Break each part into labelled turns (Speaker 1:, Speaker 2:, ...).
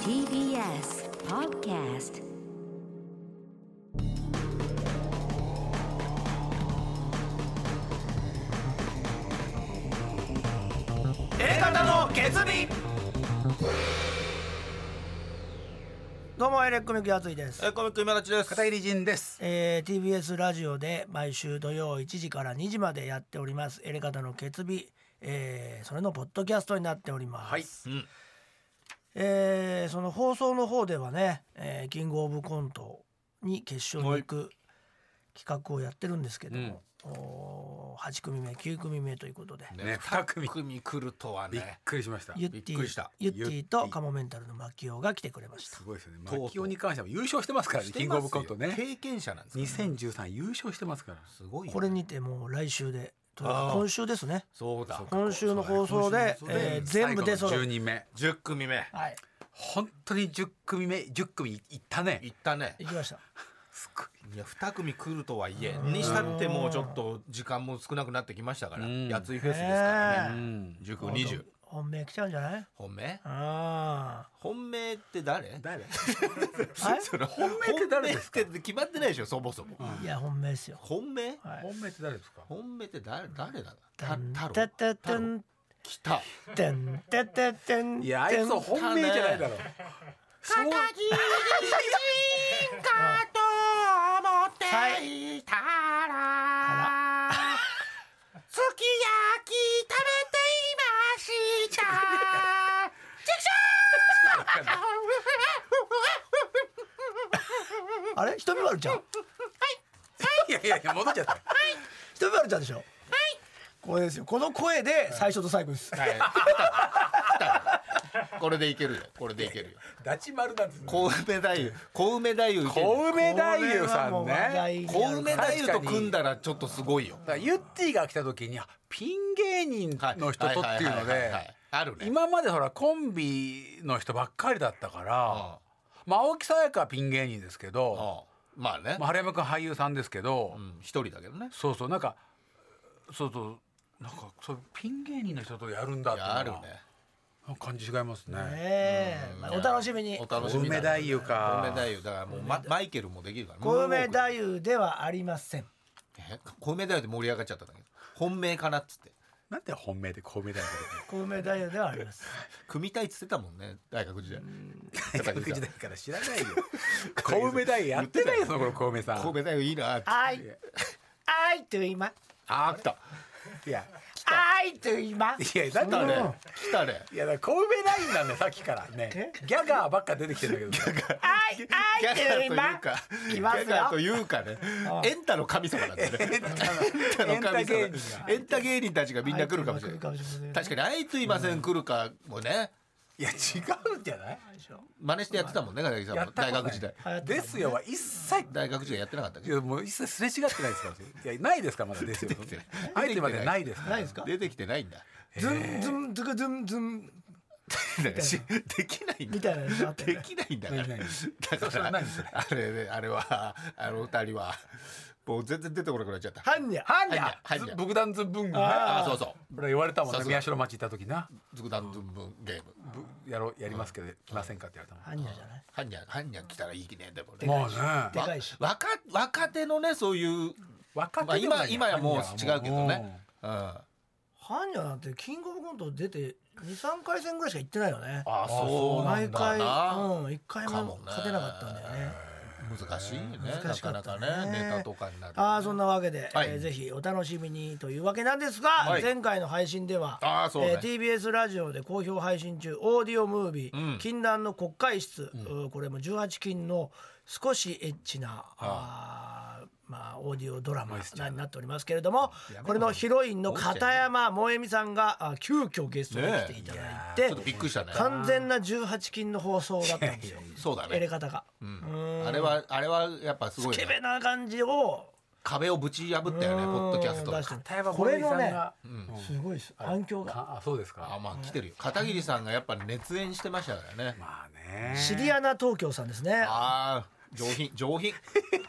Speaker 1: TBS Podcast
Speaker 2: 方の決意どうもエレックミックやついです
Speaker 3: え、コミック今立ちです。
Speaker 4: 片入仁です。
Speaker 2: えー TBS ラジオで毎週土曜1時から2時までやっておりますエレカタの決日、えーそれのポッドキャストになっております、
Speaker 4: はい。
Speaker 3: うん。
Speaker 2: えーその放送の方ではね、えーキングオブコントに決勝に行く企画をやってるんですけども、おー8組目9組目ということで、
Speaker 4: ね二組
Speaker 3: 組来るとは
Speaker 4: びっ
Speaker 3: ね。
Speaker 4: くりしました。
Speaker 2: ユッテ
Speaker 3: びっくりし
Speaker 2: ィ
Speaker 3: た
Speaker 2: ユッティとカ
Speaker 4: モ。
Speaker 2: モメンタルの牧雄が来てくれました
Speaker 4: すごいですよね。
Speaker 3: とうとう
Speaker 4: マキオに関しては優勝してますからね。キングオブコントね。
Speaker 3: 経験者なんですからね。
Speaker 4: 2013優勝してますから。
Speaker 3: すごいよ。
Speaker 2: これにてもう来週でというか
Speaker 3: あー
Speaker 2: 今週ですね
Speaker 3: そうだ。
Speaker 2: 今週の放送で
Speaker 3: そうだね
Speaker 2: えー全部出揃
Speaker 4: 十
Speaker 2: う
Speaker 4: 人目。
Speaker 3: 十組目。
Speaker 2: はい
Speaker 4: 本当に十組目十組いったね
Speaker 3: い。ったね。
Speaker 2: 行きました
Speaker 4: すごい。
Speaker 3: いや、二組来るとはいえ、にしたってもうちょっと時間も少なくなってきましたから。
Speaker 4: うん
Speaker 3: やついフェスですから
Speaker 2: う
Speaker 3: ね。
Speaker 4: ん。
Speaker 3: 十九二十。
Speaker 2: 本命来ちゃうんじゃない
Speaker 3: 本命。
Speaker 2: あ
Speaker 3: 本命って誰。
Speaker 4: 誰？
Speaker 2: ーはい
Speaker 3: その本
Speaker 4: 命って誰ですか
Speaker 3: 本命って決まってないでしょ、そもそも。
Speaker 2: いや本命ですよ
Speaker 3: 本命。
Speaker 2: はい
Speaker 4: 本命って誰ですか？
Speaker 3: 本命って誰、誰だ。
Speaker 2: た
Speaker 3: た
Speaker 2: ん
Speaker 3: 太
Speaker 2: た
Speaker 3: 郎。
Speaker 2: たた
Speaker 3: 太郎。
Speaker 2: ん
Speaker 3: 来た。
Speaker 2: たんたたたん
Speaker 4: いやあいつは本命じゃないだろう。そう。
Speaker 2: はいあれひとみまるちゃん
Speaker 4: いやいやいや戻っちゃった。
Speaker 2: ひとみまるちゃんでしょはいこれですよこの声で最初と最後です
Speaker 3: はい。来た。来た。これでいけるよ。これでいけるよ。
Speaker 4: ダチ丸なんですね。
Speaker 3: 小梅太夫。小梅太夫いけるよ。
Speaker 4: 小梅太夫さんね。
Speaker 3: 小梅
Speaker 2: だ
Speaker 3: 太夫と組んだらちょっとすごいよ。
Speaker 4: だからユッティが来た時にあピン芸人
Speaker 3: はい
Speaker 4: の人とっていうの
Speaker 3: ははは
Speaker 4: で
Speaker 3: はあるね。
Speaker 4: 今までほらコンビの人ばっかりだったから、まあ、青木さやかはピン芸人ですけ
Speaker 3: うん
Speaker 4: ど、
Speaker 3: うんまあね
Speaker 4: まあ、。春山君俳優さんですけど、
Speaker 3: うん一人だけどね。
Speaker 4: そうそうなんかそうそうなんかそういうピン芸人の人とやるんだ
Speaker 3: い
Speaker 4: っていう
Speaker 3: やある
Speaker 4: のは
Speaker 3: ね。
Speaker 4: なんか感じ違いますね。
Speaker 2: ええまあお楽しみに
Speaker 3: お楽しみだね。
Speaker 4: 小梅太夫か
Speaker 3: 小梅太夫だからもうママイケルもできるから。
Speaker 2: 小梅太夫ではありません
Speaker 3: え小梅太夫で盛り上がっちゃったんだけど。本命かなっつって。
Speaker 4: なんで本命で小梅だよ。
Speaker 2: 小梅太夫ではあります
Speaker 3: 組みたいっつってたもんね。大学時代。
Speaker 4: 大学時代から知らないよ。 小梅だよやってないよその頃小梅さ
Speaker 3: 小
Speaker 4: ん。
Speaker 3: 梅太夫いいなって。
Speaker 2: はいはいと今
Speaker 3: あー来た。
Speaker 4: いや
Speaker 2: はいと今
Speaker 4: いやだっ
Speaker 3: 来
Speaker 4: て
Speaker 3: た
Speaker 4: ね。
Speaker 3: ね。来たね。
Speaker 4: いやだから小梅ラインなんだよさっきからねギャガーばっか出てきてるんだけど
Speaker 2: はい
Speaker 3: ギャガーという
Speaker 2: 今
Speaker 3: か、ギ
Speaker 2: 来ますよ
Speaker 3: ャガーというかね、エンタの神様なんだね。エンタの神様
Speaker 4: エンタ芸人が
Speaker 3: エンタ芸人たちがみんな来るかもしれない。
Speaker 2: はい来るかもしれない
Speaker 3: 確かに、あいついません来るかもね、
Speaker 4: いや違うんじゃない
Speaker 3: 真似してやってたもんね、片桐さん
Speaker 4: や
Speaker 3: も
Speaker 4: っ。たこ
Speaker 3: 大
Speaker 4: とない
Speaker 3: 学時代。
Speaker 4: ですよは一切
Speaker 3: 大学時代やってなかったっ
Speaker 4: い
Speaker 3: けど
Speaker 4: やもう一切すれ違ってないですからいやないですからま だですよ
Speaker 3: てない
Speaker 4: あえてまでないですから
Speaker 2: ないですか
Speaker 3: 出てきてないんだ。
Speaker 2: ズンズンズクズンズン
Speaker 3: だからしできないんだ。
Speaker 2: みたいなのがあったよね
Speaker 3: できないんだから。
Speaker 4: できない
Speaker 3: だか
Speaker 4: それ
Speaker 3: ら、
Speaker 4: は何それ
Speaker 3: あれね、あれは、あの二人は、もう全然出てこなくなっちゃった。
Speaker 2: ハンニャ
Speaker 4: はんに
Speaker 3: はんにゃ
Speaker 4: ゃ
Speaker 3: はんにゃ
Speaker 4: ず仏壇ず文具ね
Speaker 3: ああ、
Speaker 4: あ
Speaker 3: そうそう。
Speaker 4: これ言われたもん
Speaker 3: さ
Speaker 4: ね
Speaker 3: すが
Speaker 4: 宮代町行った時な
Speaker 3: ズクダンズンブンゲーム。
Speaker 4: ぶやろうやりますけど来ませんかって言わ
Speaker 2: ハンニャじゃない
Speaker 3: ハンニャン、ハンニャン来たらいいね、でもね。
Speaker 4: れたもんまあ
Speaker 2: で
Speaker 4: ね
Speaker 2: かいし
Speaker 3: わ若、若手のね、そういう。
Speaker 4: 若
Speaker 3: まあ、
Speaker 4: 手でも
Speaker 3: 今、
Speaker 4: ない
Speaker 3: 今やもう
Speaker 4: 般
Speaker 3: 違
Speaker 4: 若は
Speaker 3: うけどね。うん。
Speaker 2: ハンニャなんてキングオブコント出て二三回戦ぐらいしか行ってないよね
Speaker 3: あ、
Speaker 4: そうな
Speaker 2: 毎
Speaker 4: んだ
Speaker 2: 回
Speaker 3: な
Speaker 2: うん一回
Speaker 3: かも
Speaker 2: も
Speaker 3: ね
Speaker 2: 勝てなかったんだよね
Speaker 3: 難しいね。
Speaker 2: 難
Speaker 3: な
Speaker 2: しか
Speaker 3: かな
Speaker 2: った
Speaker 3: か
Speaker 2: ね
Speaker 3: ね、ネタとかになる。
Speaker 2: あーそんなわけで、
Speaker 3: はい
Speaker 2: えーぜひお楽しみにというわけなんですが、
Speaker 3: はい
Speaker 2: 前回の配信では、
Speaker 3: あーそうね
Speaker 2: えー TBS ラジオで好評配信中オーディオムービー「
Speaker 3: うん
Speaker 2: 禁断の国会室」うーこれも18禁の少しエッチなあーまあ、オーディオドラマになっておりますけれどもこれのヒロインの片山萌美さんがあー急遽ゲストに来ていただいて
Speaker 3: ちょっとびっくりしたね。
Speaker 2: 完全な18禁の放送だったんですよ
Speaker 3: そうだ
Speaker 2: 入れ
Speaker 3: ね。
Speaker 2: 方が。
Speaker 3: うんあれは、あれは、やっぱすごい、
Speaker 2: スケベ
Speaker 3: ね。
Speaker 2: な感じを
Speaker 3: 壁をぶち破ったよね、ポッドキャスト
Speaker 2: うん
Speaker 3: が
Speaker 2: 出。してる
Speaker 4: 片山
Speaker 2: これ
Speaker 4: 萌衣
Speaker 2: の
Speaker 4: さ
Speaker 2: ね
Speaker 4: んが
Speaker 2: すごいです反響が
Speaker 4: ああそうです
Speaker 3: あ、
Speaker 4: か
Speaker 3: まあ、来てるよ。片桐さんがやっぱ熱演してましたからね。
Speaker 4: まあね
Speaker 2: シリアナ東京さんですね
Speaker 3: ああ、上品、上品。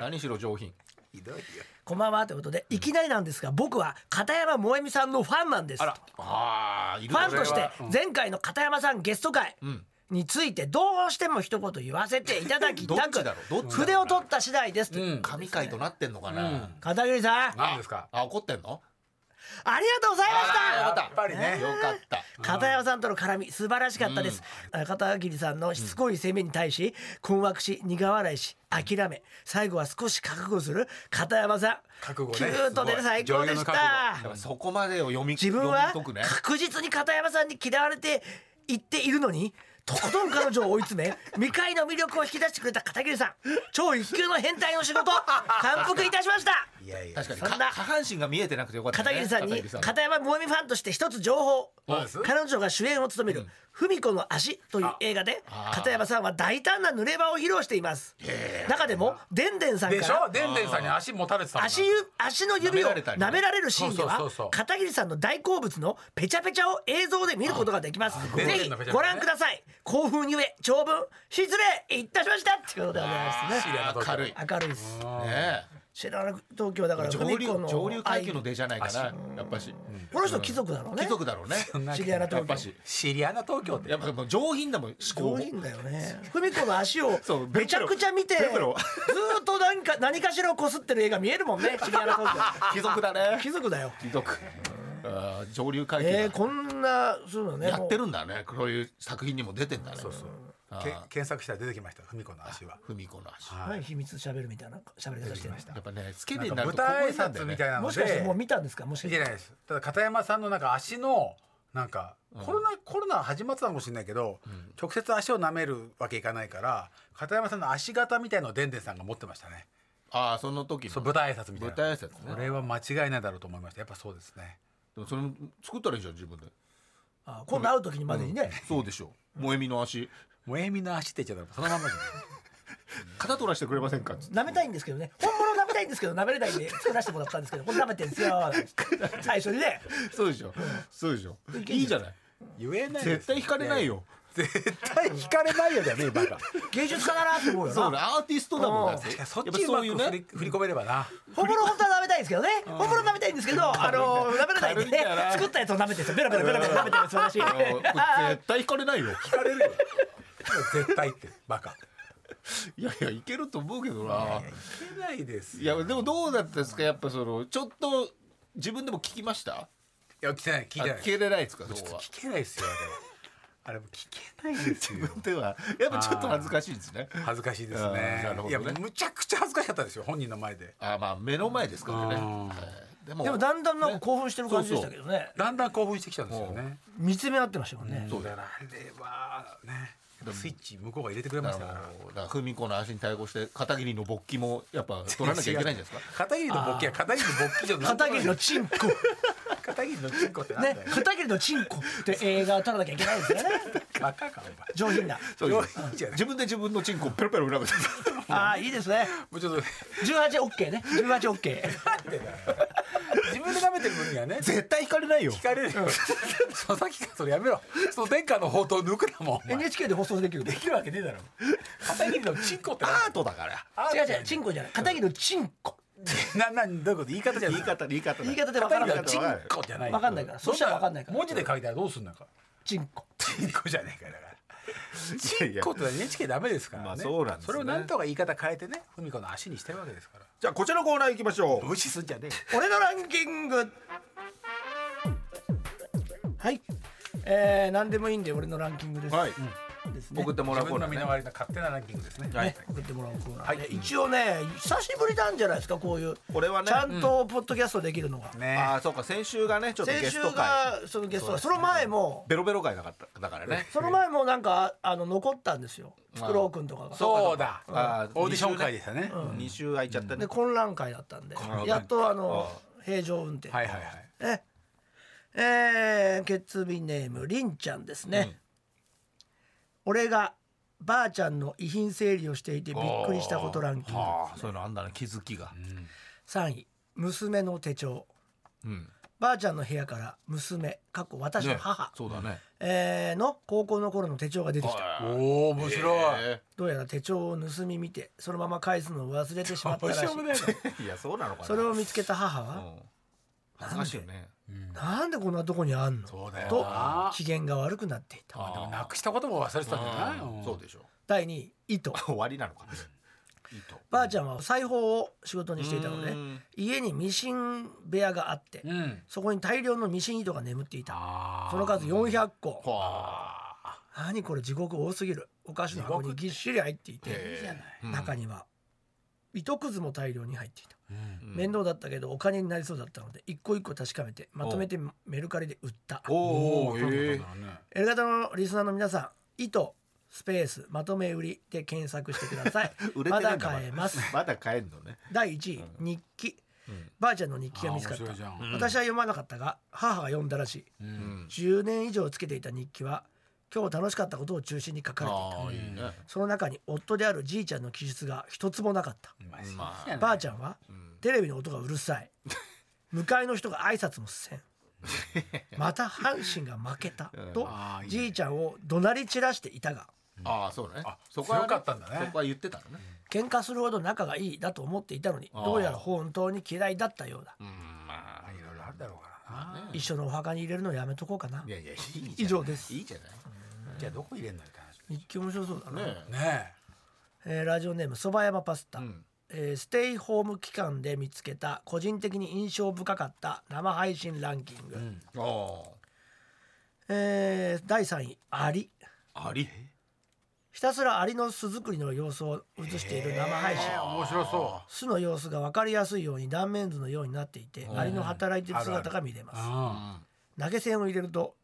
Speaker 3: 何しろ上品。
Speaker 4: ひどいよ
Speaker 2: こんばんはということでいきなりなんですが僕は片山萌美さんのファンなんです
Speaker 4: あら
Speaker 2: フ
Speaker 3: ああ、いる
Speaker 2: ァンとし
Speaker 3: これ
Speaker 2: て
Speaker 3: は
Speaker 2: 前回の片山さんゲスト会
Speaker 3: うん。
Speaker 2: についてどうしても一言言わせていただ き
Speaker 3: どった
Speaker 2: く
Speaker 3: ちだろうどっちだろう
Speaker 2: 筆を取った次第ですということ
Speaker 3: 神
Speaker 2: ですね、
Speaker 3: 回となってんのか
Speaker 4: う
Speaker 3: な。
Speaker 4: ん
Speaker 2: 片桐さんありが
Speaker 4: 何ですか
Speaker 3: あ怒ってんの？
Speaker 2: とうございまし
Speaker 3: あー
Speaker 2: た
Speaker 3: よかった
Speaker 4: やっぱりね
Speaker 3: よかった。
Speaker 2: 片山さんとの絡み素晴らしかったです、あ片桐さんのしつこい攻めに対し困惑し苦笑いし諦め最後は少し覚悟する片山さん
Speaker 4: 覚悟ね
Speaker 2: キュートで最
Speaker 4: すご
Speaker 2: 高
Speaker 4: い
Speaker 2: でし
Speaker 4: 女優の覚
Speaker 2: た
Speaker 3: やっぱそこまでを読み
Speaker 2: 自
Speaker 3: 読
Speaker 2: 分
Speaker 3: み
Speaker 2: は
Speaker 3: 解くね。
Speaker 2: 確実に片山さんに嫌われていっているのにとことん彼女を追い詰 め未開の魅力を引き出してくれた片桐さん超一級の変態の仕事感服いたしました
Speaker 4: いやいや
Speaker 3: 確かに
Speaker 2: そんな
Speaker 3: か下半身が見えてなくてよかった
Speaker 2: 片
Speaker 3: ね。
Speaker 2: 桐さんに
Speaker 3: 片桐
Speaker 2: 片山萌美ファンとして一つ情報
Speaker 4: そうです
Speaker 2: 彼女が主演を務める「芙美子の足」という映画で
Speaker 3: あ
Speaker 2: 片山さんは大胆な濡れ場を披露しています中でもでんでんさん
Speaker 4: で
Speaker 2: か
Speaker 4: し
Speaker 2: ら
Speaker 4: ょでんでんさんに足もたれてたもん
Speaker 2: 足ゆ足の指
Speaker 3: 舐
Speaker 2: を
Speaker 3: められたりね
Speaker 2: 舐められるシーンでは
Speaker 4: そうそうそうそう
Speaker 2: 片桐さんの大好物のペチャペチャを映像で見ることができます
Speaker 4: あ
Speaker 2: ぜ
Speaker 4: ベン
Speaker 2: ひ
Speaker 4: ジのペチャペチャね
Speaker 2: ご覧ください興奮ゆえ長文失礼いたしましたっていうことでございます
Speaker 4: 綺
Speaker 2: ね
Speaker 4: 麗なとこ
Speaker 3: 明るい
Speaker 2: 明るいです
Speaker 3: ね
Speaker 2: 知らなく東京だから
Speaker 3: 上流
Speaker 2: 芙美子の
Speaker 3: 上流階級の出じゃないかなやっぱし
Speaker 2: この人貴族だろうね
Speaker 3: 貴族だろうね
Speaker 2: 知り合い
Speaker 3: や
Speaker 2: の
Speaker 3: っ
Speaker 2: 東
Speaker 3: ぱ
Speaker 2: 京
Speaker 3: し
Speaker 4: シリアな東京って
Speaker 3: やっぱもう上品だもん思考
Speaker 2: 上品だよね芙美子の足を
Speaker 3: そう
Speaker 2: めちゃくちゃ見てず
Speaker 3: ベロベ
Speaker 2: ー
Speaker 3: ロ
Speaker 2: っと何か何かしらをこすってる映画見えるもんね知り合いの東
Speaker 3: 貴族だね
Speaker 2: 京貴族だよ
Speaker 3: 貴族あー上流階級だ
Speaker 2: えー、こんなそういうのね
Speaker 3: やって
Speaker 2: る
Speaker 3: るんだねこういう作品にも出てんだね
Speaker 4: そうそうけ検索したら出てきました芙美子の足は
Speaker 3: 文子の足
Speaker 4: は
Speaker 2: はい秘密喋るみたいな喋り方してました
Speaker 3: やっぱねつけ
Speaker 4: なん
Speaker 3: て
Speaker 4: か
Speaker 3: なる
Speaker 4: 舞
Speaker 3: とこうい
Speaker 4: 台
Speaker 3: う
Speaker 4: 挨
Speaker 3: のなんだよね
Speaker 4: 拶みたいなの
Speaker 2: も
Speaker 4: で
Speaker 2: しかしてもう見たんですかもしか
Speaker 4: 見
Speaker 2: して
Speaker 4: てないですただ片山さんのなんか足のなんかコロナ、コロナ始まってたのかもしれないけど、直接足を舐めるわけいかないから片山さんの足型みたいのをでんでんさんが持ってましたね
Speaker 3: ああその時
Speaker 4: そう
Speaker 3: の
Speaker 4: 舞台挨拶みたいな
Speaker 3: 舞台挨拶ね
Speaker 4: これは間違いないだろうと思いましたやっぱそうですね
Speaker 3: でもそれも作ったらいいじゃん自分で
Speaker 2: あ今度会う時にまでにね、
Speaker 3: そうでしょう萌えみの足
Speaker 4: 萌えみの足って言っちゃったらそのまんまじゃない
Speaker 3: 肩取らしてくれませんかっつって
Speaker 2: 舐めたいんですけどね本物舐めたいんですけど舐めれないんで作らせてもらったんですけどこれ舐めてんですよ 最初にね
Speaker 3: そうでしょそうでしょいいじゃない
Speaker 4: 言えない
Speaker 3: 絶対惹かれない
Speaker 4: よ
Speaker 3: よ
Speaker 4: 絶対引かれないよだよねバカ
Speaker 2: 芸術家だなって思うよ
Speaker 3: そう
Speaker 2: な
Speaker 3: だアーティストだもんだって
Speaker 4: 確かにそっ
Speaker 3: や
Speaker 4: ち
Speaker 3: ぱ
Speaker 4: にうま
Speaker 3: そう
Speaker 4: く
Speaker 3: い
Speaker 4: 振
Speaker 3: う
Speaker 4: り,、
Speaker 3: ね
Speaker 4: 振り込めればな
Speaker 2: 本物本当は舐めたいんですけどね本物舐めたいんですけどあの舐めれないん
Speaker 3: 軽
Speaker 2: でね
Speaker 3: いんだよな
Speaker 2: 作ったやつを舐めてるんですよベラベラベラベラ舐めてるんですよ私
Speaker 3: あのこれ絶対惹かれないよ
Speaker 4: 引かれるよ絶対ってバカ
Speaker 3: いやいやいけると思うけどない
Speaker 4: けないです
Speaker 3: いやでもどうだったですかやっぱそのちょっと自分でも聞きました
Speaker 4: いや聞いてない聞いてない
Speaker 3: あ聞けれないですかそこは
Speaker 4: 聞けないですよあれはあれも聞けないですよ
Speaker 3: ではやっぱちょっと恥ずかしいですね
Speaker 4: 恥ずかしいです
Speaker 3: あー
Speaker 4: ね
Speaker 3: なるほ
Speaker 4: いや
Speaker 3: どね
Speaker 4: むちゃくちゃ恥ずかしかったですよ本人の前で
Speaker 3: あまあ目の前ですからね
Speaker 4: うん
Speaker 3: はいでも
Speaker 2: でもだんだんなんか興奮してる感じでしたけどね
Speaker 4: だんだん興奮してきたんですよね
Speaker 2: 見つめ合ってましたもんね
Speaker 3: そう
Speaker 4: だ
Speaker 3: だ
Speaker 4: からあれはねスイッチ向こうが入れてくれま
Speaker 3: あ
Speaker 4: し
Speaker 3: の
Speaker 4: たから
Speaker 3: だから芙美子の足に対抗して片桐の勃起もやっぱ取らなきゃいけないんじゃないですか
Speaker 4: 片桐のボッキは片桐のボッキじゃな
Speaker 2: 片桐のチンコ
Speaker 4: 片桐のチンコってなんだ
Speaker 2: ね
Speaker 4: よ
Speaker 2: 片桐のチンコって映画を撮らなきゃいけないですよね
Speaker 4: バカか
Speaker 2: 上品な
Speaker 3: そう
Speaker 4: 上
Speaker 3: です
Speaker 4: 品じゃない
Speaker 3: 自分で自分のチンコをペロペロ裏口
Speaker 2: ああいいですね
Speaker 4: お前もうちょっと
Speaker 2: 18オッケーね18オッケー
Speaker 4: 自分で舐めてる分にはね
Speaker 3: 絶対引かれないよ
Speaker 4: 聞かれるよ佐々木かそれやめろその殿下の宝刀抜くなもんお前
Speaker 2: NHK で放送できる
Speaker 4: できるわけねえだろ片桐のチンコって
Speaker 3: アートだから
Speaker 2: 違う違うチンコじゃない片桐のチンコ
Speaker 4: ななどういうこと言い方じゃない
Speaker 3: 言い方言い方
Speaker 2: 言い方で分からない
Speaker 4: 片
Speaker 2: チ
Speaker 4: 桐
Speaker 2: ン
Speaker 4: のチンコじゃない
Speaker 2: わかんないからそしたらわかんないから
Speaker 4: 文字で書いたらどうすんのか
Speaker 2: チンコ
Speaker 4: チンコじゃないからだからチ
Speaker 3: いや
Speaker 4: ンコって NHK ダメですからね
Speaker 3: まあそうなんですね
Speaker 4: それをなんとか言い方変えてね文子の足にしてるわけですから
Speaker 3: じゃあこちらのコーナー行きましょう
Speaker 4: 無視すんじゃね
Speaker 2: 俺のランキングはいえー、何でもいいんで俺のランキングです、
Speaker 3: はい
Speaker 2: ですね
Speaker 3: 送って
Speaker 4: えよ
Speaker 3: もら
Speaker 4: 自
Speaker 3: うコーナー
Speaker 4: 分の身
Speaker 3: ね
Speaker 4: の回りの勝手なランキングですね
Speaker 3: はい
Speaker 2: ね送ってもらうコーナー、
Speaker 4: はい
Speaker 2: ね一応ね久しぶりなんじゃないですかこういう
Speaker 3: これはね
Speaker 2: ちゃんとポッドキャストできるのが、
Speaker 4: ね
Speaker 3: ああそうか先週がねちょっとゲ
Speaker 2: 先週
Speaker 3: スト会
Speaker 2: がそのゲストがその前も
Speaker 3: ベロベロ会なかっただからね
Speaker 2: その前もなんかああの残ったんですよ
Speaker 3: あ
Speaker 2: フロー君とかが
Speaker 4: そうだ
Speaker 3: あー
Speaker 4: オーディション会でしたね
Speaker 3: 2週空いちゃったね
Speaker 2: で混乱会だったんで
Speaker 3: 乱会
Speaker 2: やっとあの平常運転、
Speaker 4: はいはいはい
Speaker 2: ねえー、ケツビネームりんちゃんですね、俺がばあちゃんの遺品整理をしていてびっくりしたことランキング
Speaker 3: あーそういうのあんだね気づきが
Speaker 2: 3位娘の手帳
Speaker 3: うん
Speaker 2: ばあちゃんの部屋から娘かっこ私の
Speaker 3: ね
Speaker 2: 母、
Speaker 3: そうだね
Speaker 2: えーの高校の頃の手帳が出てきた
Speaker 4: おお面白い
Speaker 3: え
Speaker 2: どうやら手帳を盗み見てそのまま返すのを忘れてしまったらしい
Speaker 4: どうしようもないな
Speaker 3: ーいやそうなのかな
Speaker 2: それを見つけた母は
Speaker 3: う恥ずかしいよね
Speaker 2: なんでこんなとこにあんの
Speaker 4: そうだよ
Speaker 2: と
Speaker 4: な
Speaker 2: 機嫌が悪くなっていた
Speaker 3: あ
Speaker 4: でもなくしたことも忘れてたんじゃない、
Speaker 3: うん
Speaker 4: ん
Speaker 3: そうでしょ
Speaker 2: 第2位糸
Speaker 3: 終わりなのか糸
Speaker 2: ばあちゃんは裁縫を仕事にしていたので家にミシン部屋があって
Speaker 4: うん
Speaker 2: そこに大量のミシン糸が眠っていた
Speaker 4: あ
Speaker 2: その数400個
Speaker 3: はあ
Speaker 2: 何これ地獄多すぎるお菓子の箱にぎっしり入っていて
Speaker 4: いいじゃない
Speaker 3: うん
Speaker 2: 中には糸くずも大量に入っていた
Speaker 4: うん
Speaker 2: 面倒だったけどお金になりそうだったので一個一個確かめてまとめてメルカリで売った
Speaker 3: おお
Speaker 4: そうだ
Speaker 3: え
Speaker 4: よね
Speaker 2: L 型のリスナーの皆さん「糸スペースまとめ売り」で検索してください
Speaker 3: 売れてな
Speaker 2: ま
Speaker 3: い
Speaker 2: だ
Speaker 3: んだ
Speaker 2: 買えます
Speaker 3: まだ買えんのね
Speaker 2: 第1位日記
Speaker 3: うん
Speaker 2: ばあちゃんの日記
Speaker 4: あ
Speaker 2: が見
Speaker 4: ー面
Speaker 2: つかった
Speaker 4: 白いじゃん、
Speaker 3: うん
Speaker 2: 私は読まなかったが母が読んだらしい
Speaker 3: うん
Speaker 2: 10年以上つけていた日記は今日楽しかったことを中心に書かれていた
Speaker 3: ああいいね
Speaker 2: その中に夫であるじいちゃんの記述が一つもなかった
Speaker 4: ま
Speaker 3: まあ
Speaker 4: そうじ
Speaker 2: ばあ
Speaker 4: ない
Speaker 2: ちゃんは
Speaker 3: うん
Speaker 2: テレビの音がうるさい向かいの人が挨拶もせんまた阪神が負けたと
Speaker 4: あーいいね
Speaker 2: じいちゃんを怒鳴り散らしていたが
Speaker 3: ああそうね
Speaker 4: あ
Speaker 3: そこはね
Speaker 4: 強かったんだね
Speaker 3: そこは言ってたのね
Speaker 2: 喧嘩するほど仲がいいだと思っていたのに
Speaker 3: あー
Speaker 2: どうやら本当に嫌いだったようだ
Speaker 3: うんまあ
Speaker 4: いろいろあるだろうからな、
Speaker 2: 一緒のお墓に入れるのやめとこうかない
Speaker 3: やいやいいじゃない
Speaker 2: 以上です
Speaker 3: いいじゃない
Speaker 4: じゃあどこ入れんのって話
Speaker 2: 日記面白そうだな、
Speaker 3: ね
Speaker 4: ね
Speaker 2: えーラジオネームそば山パスタ、
Speaker 3: うん
Speaker 2: えーステイホーム期間で見つけた個人的に印象深かった生配信ランキング、
Speaker 3: あ
Speaker 2: えー第3位アリ
Speaker 3: ああり
Speaker 2: ひたすらアリの巣作りの様子を映している生配信
Speaker 4: え面白そ
Speaker 2: 巣の様子が分かりやすいように断面図のようになっていて
Speaker 3: うん
Speaker 2: アリの働いている姿が見れ
Speaker 4: う、
Speaker 2: ます
Speaker 4: うん、
Speaker 2: 投げ銭を入れると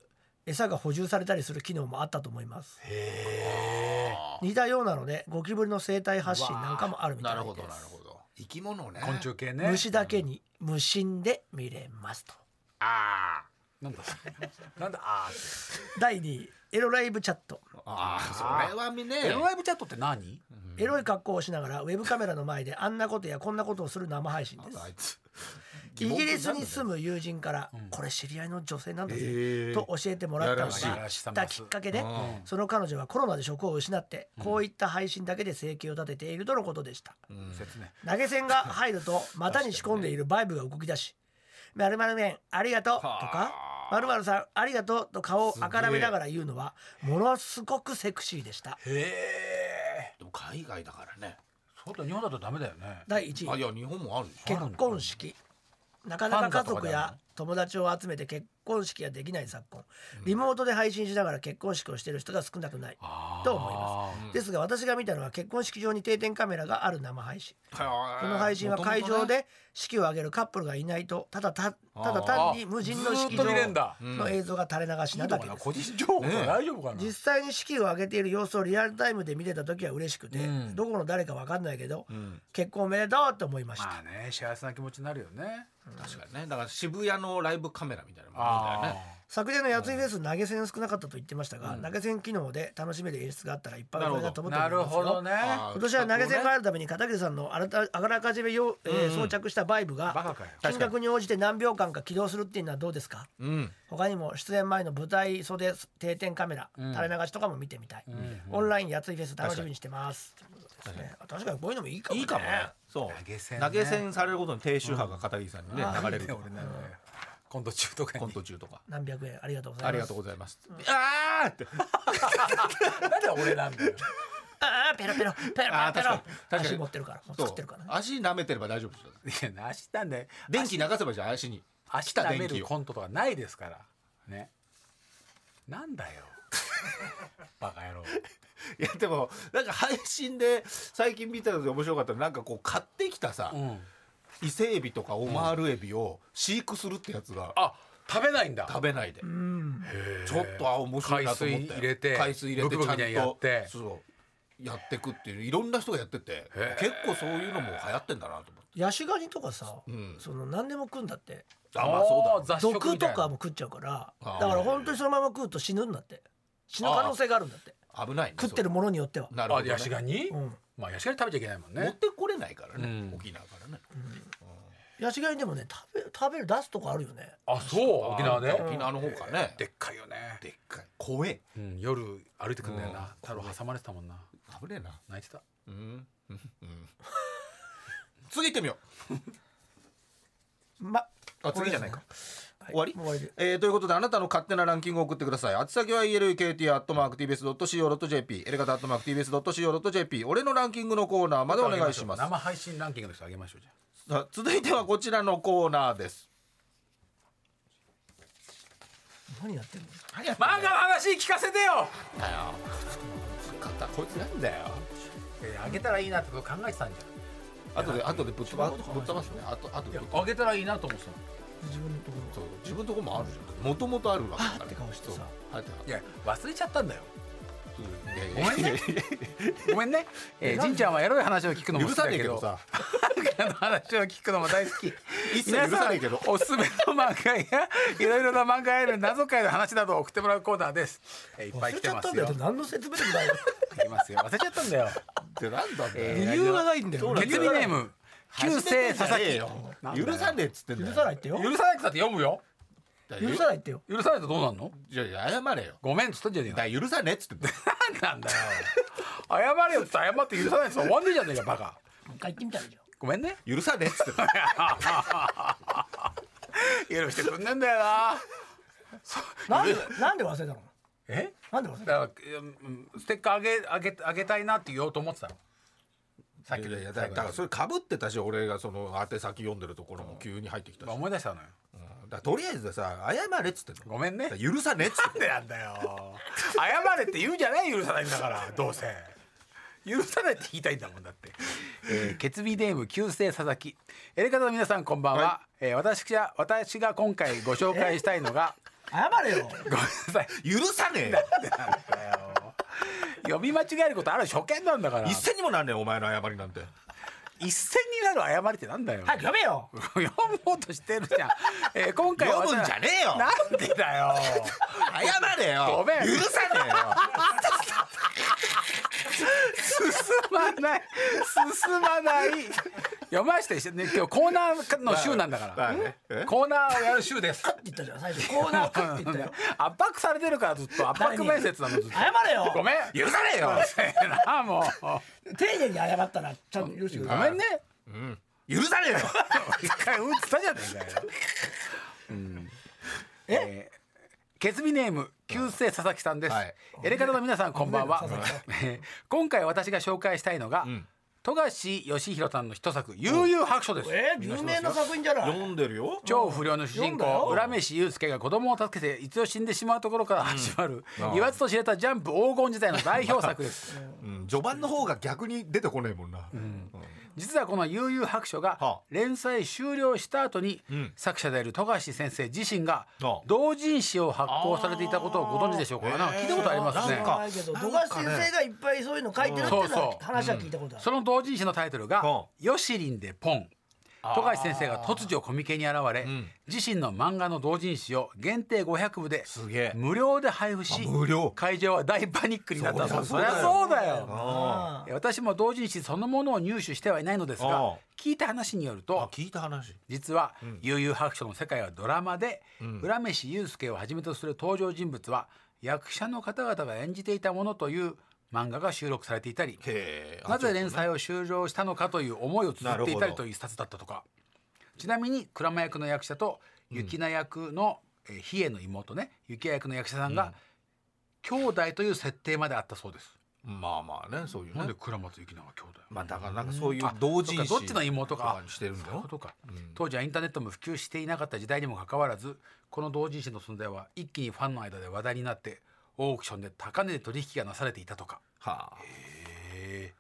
Speaker 2: 餌が補充されたりする機能もあったと思います
Speaker 4: へ
Speaker 2: 似たようなのでゴキブリの生態発信なんかもあるみたい
Speaker 3: な
Speaker 2: で
Speaker 3: る
Speaker 2: す
Speaker 3: ほどなるほど生き物ね
Speaker 4: え昆虫系ね
Speaker 2: 虫だけに無心で見れますと
Speaker 3: あ
Speaker 4: なんだ なんだあー
Speaker 2: 第2位エロライブチャット
Speaker 3: あああそれはみね
Speaker 4: エロライブチャットって何
Speaker 2: エロい格好をしながらウェブカメラの前であんなことやこんなことをする生配信です
Speaker 3: あいつ
Speaker 2: イギリスに住
Speaker 3: む
Speaker 2: む友人から
Speaker 4: ん
Speaker 2: これ知り合いの女性なんだぜ
Speaker 3: え
Speaker 2: と教えてもらったの
Speaker 4: やら
Speaker 2: が
Speaker 4: しい
Speaker 2: 知ったきっかけで
Speaker 3: うん
Speaker 2: その彼女はコロナで職を失ってこういった配信だけで生計を立てているとのことでした
Speaker 4: 説明
Speaker 2: 投げ銭が入ると股に仕込んでいるバイブが動き出し「まるまる麺ありがとう」とか「まるまるさんありがとう」と顔をあからめながら言うのはものすごくセクシーでした
Speaker 4: へえ
Speaker 3: でも海外だからね
Speaker 4: そうだ日本だとダメだよね
Speaker 2: 第1
Speaker 3: あ
Speaker 2: 位
Speaker 3: いや日本もあるでしょ
Speaker 2: 結婚式なかなか家族や友達を集めて結婚式ができない昨今リモートで配信しながら結婚式をしている人が少なくないと思いますですが私が見たのは結婚式場に定点カメラがある生配信こ
Speaker 3: こ
Speaker 2: の配信は会場で式を挙げるカップルがいないとただたただ単に無人の式
Speaker 4: ずーっと見れん
Speaker 2: 場
Speaker 4: だ
Speaker 2: の映像が垂れ流し
Speaker 4: い
Speaker 2: ない
Speaker 4: の
Speaker 2: だ
Speaker 4: か
Speaker 2: け
Speaker 4: な
Speaker 2: です
Speaker 4: 個人情報
Speaker 3: ねえ
Speaker 4: 大丈夫かな
Speaker 2: 実際に式を挙げている様子をリアルタイムで見れた時は嬉しくて、
Speaker 4: うん
Speaker 2: どこの誰か分かんないけど、
Speaker 3: ん
Speaker 2: 結婚おめでとうと思いました、
Speaker 4: まあね幸せな気持ちになるよね
Speaker 3: 確かにねだから渋谷のライブカメラみたいなもんだよね
Speaker 2: 昨年のやついフェス投げ銭少なかったと言ってましたが、投げ銭機能で楽しめる演出があったらいっぱいあるだと
Speaker 4: ー
Speaker 2: 思ってお
Speaker 4: な
Speaker 2: り
Speaker 4: る
Speaker 2: ます
Speaker 4: ほど
Speaker 2: よ
Speaker 4: ね
Speaker 3: あ
Speaker 2: 今年は投げ銭があるために片桐さんのあらたあらかじめよう、えー装着したバイブが
Speaker 4: バカかよ
Speaker 2: 金額に応じて何秒間か起動するっていうのはどうですか
Speaker 3: うん
Speaker 2: 他にも出演前の舞台袖定点カメラ、垂れ流しとかも見てみたい、オンラインやついフェス楽しみにしてます確かに確かにこういうのもいいかもね
Speaker 3: いいかもねそう
Speaker 4: 投げ銭ね
Speaker 3: 投げ銭されることに低周波が片桐さんにね流れると
Speaker 4: 俺なんだよ今度中とか
Speaker 3: コ
Speaker 4: に
Speaker 3: ント中とか
Speaker 2: 何百円ありがとうございます
Speaker 3: ありがとうございますあーって
Speaker 4: なんで俺なんだよ
Speaker 2: ああペロペロペロペ
Speaker 3: あー
Speaker 2: ロペ
Speaker 3: 確か
Speaker 2: ロ
Speaker 3: に確かに
Speaker 2: 足持ってるからもう
Speaker 3: そう
Speaker 2: 作ってるからね
Speaker 3: 足舐めてれば大丈夫ですよ
Speaker 4: いや明日ね
Speaker 3: 電気流せばいいじゃん足に
Speaker 4: 明日食べ
Speaker 3: 電気
Speaker 4: る
Speaker 3: を
Speaker 4: コントとかないですからねなんだ よバカ野郎
Speaker 3: いやでもなんか配信で最近見たので面白かったのなんかこう買ってきたさ、
Speaker 4: ん
Speaker 3: 伊勢エビとかオマールエビを飼育するってやつが
Speaker 4: あ食べないんだ
Speaker 3: 食べないでちょっとあ面白いなと思ったよ
Speaker 4: 海水入れて
Speaker 3: 海水入れて
Speaker 4: ブクブクみたいにやって
Speaker 3: そうやってくっていういろんな人がやってて結構そういうのも流行ってんだなと思って
Speaker 2: ヤシガニとかさ、
Speaker 3: ん
Speaker 2: その何でも食うんだって
Speaker 3: あまあそうだろうね
Speaker 4: 雑食
Speaker 2: 毒
Speaker 4: みた
Speaker 2: と
Speaker 4: いな
Speaker 2: かも食っちゃうから
Speaker 3: あー
Speaker 2: だから本当にそのまま食うと死ぬんだって死ぬ可能性があるんだって
Speaker 3: 危ないね
Speaker 2: 食ってるものによっては
Speaker 3: そうなるほ
Speaker 4: あ
Speaker 3: ど、ね、
Speaker 4: ヤシガニ、
Speaker 2: うん
Speaker 4: まあヤシガニ食べちゃいけないもん
Speaker 3: 持っ
Speaker 4: ね
Speaker 3: てこれないからね、
Speaker 4: うん
Speaker 3: 沖縄からね
Speaker 2: ヤシガニでもね食べ食べる出すとこあるよね
Speaker 4: あそう沖縄で
Speaker 3: あ沖縄の方かね
Speaker 4: でっかいよね
Speaker 3: でっかい怖え
Speaker 4: うん、夜歩いてくんだよ
Speaker 3: うん
Speaker 4: な太郎挟まれてたもんな
Speaker 3: 危ねえな
Speaker 4: 泣いてた
Speaker 3: うんうんうん次行ってみよう
Speaker 2: ま
Speaker 3: あ次じゃないか
Speaker 2: はい
Speaker 3: 終わり
Speaker 2: もう終わりで
Speaker 3: えーということであなたの勝手なランキングを送ってください宛先は elkt.tbs.co.jp エレガタ .tbs.co.jp 俺のランキングのコーナーまでお願いします
Speaker 4: 生配信ランキングの人あげましょうじゃあ
Speaker 3: さあ続いてはこちらのコーナーです
Speaker 2: 何やってんの
Speaker 4: 漫画の話聞かせてよ、
Speaker 3: だよ肩こいつなんだよ
Speaker 4: えーあげたらいいなってこと考えてたんじ
Speaker 3: 後で後でぶっ飛ばぶっ飛ばすねあと後で
Speaker 4: ゃ
Speaker 3: ぶ
Speaker 4: ん
Speaker 3: っ飛ば
Speaker 4: あげたらいいなと思ってた
Speaker 2: 自分のところ
Speaker 3: そう自分のとこもあるじゃんもともとあるわけだから
Speaker 2: あって顔してさ
Speaker 3: そうあって
Speaker 4: いや忘れちゃったんだよ
Speaker 3: いやいや
Speaker 4: ごめんねごめんね、 えー、じんちゃんはエロい話を聞くのも好きだけど
Speaker 3: 許さね
Speaker 4: 漫画の話を聞くのも大好 き
Speaker 3: 一切許さないけど
Speaker 4: 皆さんおすすめの漫画や いろいろな漫画やる謎解の話などを送ってもらうコーナーです、えーいっぱい
Speaker 2: 忘
Speaker 4: 来
Speaker 2: れ
Speaker 4: て
Speaker 2: ちゃ
Speaker 4: ま
Speaker 2: った
Speaker 4: す
Speaker 2: んだ
Speaker 4: よ
Speaker 2: よって何の説明もない
Speaker 4: 来てますよ忘れちゃったんだよ
Speaker 3: ってなんだって
Speaker 4: えー
Speaker 2: 理由がないんだよ
Speaker 4: ケツビネーム旧姓佐々木なんだよ
Speaker 3: 許さねえっつってんだよ
Speaker 2: 許さないってよ
Speaker 4: 許さないってだって読むよ
Speaker 2: 許さないってよ
Speaker 4: 許さないとどうなんの
Speaker 3: いやいや謝れよ
Speaker 4: ごめんっつったんじゃねえ
Speaker 3: だ
Speaker 4: の
Speaker 3: から許さねえっつってんだよ
Speaker 4: 何なんだよ謝れよっつって謝って許さないっつって終わんねえじゃねえかバカ
Speaker 2: もう一回言ってみたらいいじゃん
Speaker 4: ごめんね
Speaker 3: 許さねえっつってんだよ
Speaker 4: 許してくんねえんだよな
Speaker 2: なんでなんで忘れたの
Speaker 4: え
Speaker 2: なんで忘れた
Speaker 4: だからうんステッカーあげあげあげたいなって言おうと思ってたのさっき
Speaker 3: いやいやだだからそれかぶってたし俺がその宛先読んでるところも急に入ってきたし、
Speaker 4: 思い出したのよ
Speaker 3: うんだからとりあえずさ謝れっつってんの
Speaker 4: ごめんね
Speaker 3: だから許さねえっつってん
Speaker 4: でなんだよ謝れって言うんじゃない許さないんだからどうせ許さないって言いたいんだもんだって、えー、ケツビネーム旧姓佐々木エレカタの皆さんこんばんは、
Speaker 3: は
Speaker 4: えー私が私が今回ご紹介したいのが
Speaker 2: 謝れよ
Speaker 4: ごめんなさい
Speaker 3: の許さねえよ
Speaker 4: 読み間違えることある初見なんだから
Speaker 3: 一銭にもなんねえよお前の謝りなんて
Speaker 4: 一斉になる謝りってなんだよ
Speaker 2: 早く読めよ
Speaker 4: 読もうとしてるじゃん、えー、今回は
Speaker 3: 読むんじゃねえよ
Speaker 4: なんでだよ
Speaker 3: 謝れよ
Speaker 4: ごめん
Speaker 3: 許さねえよ
Speaker 4: 進まない進まない読ましてね今日コーナーの週なんだから、
Speaker 3: まあねえ
Speaker 4: コーナーをやる週です
Speaker 2: って言ったじゃん最初コーナーかって言ったよ
Speaker 4: 圧迫されてるからずっと圧迫面接なのずっと
Speaker 2: 謝れよ
Speaker 4: ごめん
Speaker 3: 許さねえよ
Speaker 4: なあも う
Speaker 2: 丁寧に謝ったらちゃんと許してくれ
Speaker 4: ご
Speaker 2: る
Speaker 4: めんね
Speaker 3: 許さねえよ
Speaker 4: 一回うんっつったじゃねえかよ、うん、えーケツビネーム旧姓佐々木さんです、
Speaker 3: はい
Speaker 4: エレカタの皆さんこんばんは
Speaker 2: ごめんね佐
Speaker 4: 今回私が紹介したいのが、富樫義弘さんの一作悠々白書です
Speaker 2: えー、有名な作品じゃない
Speaker 3: 読んでるよ
Speaker 4: 超不良の主人
Speaker 2: 読んだよ
Speaker 4: 公浦飯祐介が子供を助けて一度死んでしまうところから始まる、言わずと知れたジャンプ黄金時代の代表作 です
Speaker 3: うん序盤の方が逆に出てこねえもんな
Speaker 4: 実はこの悠々白書
Speaker 3: はあ
Speaker 4: が連載終了した後に、作者である富樫先生自身が
Speaker 3: ああ
Speaker 4: 同人誌を発行されていたことをご存知でしょうかなんか聞いたことありま
Speaker 2: 知
Speaker 4: すね
Speaker 2: らないけど土橋先生がいっぱいそういうの書いてるっていうの
Speaker 4: そう
Speaker 2: は
Speaker 4: そう
Speaker 2: 話は聞いたことある
Speaker 4: その同人誌のタイトルが
Speaker 3: はあ
Speaker 4: 「ヨシリンでポン」富樫先生が突如コミケに現れ、自身の漫画の同人誌を限定500部です
Speaker 3: すげえ
Speaker 4: 無料で配布し
Speaker 3: あ無料
Speaker 4: 会場は大パニックになった
Speaker 3: そ
Speaker 4: とそうり
Speaker 3: だ
Speaker 4: ゃそうだよ
Speaker 3: あ
Speaker 2: あ
Speaker 4: え私も同人誌そのものを入手してはいないのです
Speaker 3: ああ
Speaker 4: が聞いた話による
Speaker 3: ーあ
Speaker 4: と
Speaker 3: 聞いた話
Speaker 4: 実は「悠々白書」の世界はドラマで、浦飯祐介をはじめとする登場人物は役者の方々が演じていたものという漫画が収録されていたり
Speaker 3: へえ
Speaker 4: なぜ連載を終了したのかという思いを綴っていたりという一冊だったとかちなみに鞍馬役の役者と雪菜役の、えー比叡の妹ね雪菜役の役者さんが、兄弟という設定まであったそうです
Speaker 3: まあまあねそういう
Speaker 4: なん
Speaker 3: ね
Speaker 4: で鞍馬と雪菜が兄弟
Speaker 3: まあだからなんかそういう同人誌
Speaker 4: そっかどっちの妹か
Speaker 3: とにしてるんだ
Speaker 4: そういう
Speaker 3: よ
Speaker 4: ことか、当時はインターネットも普及していなかった時代にもかかわらずこの同人誌の存在は一気にファンの間で話題になってオークションで高値で取引がなされていたとか
Speaker 3: はあ
Speaker 2: え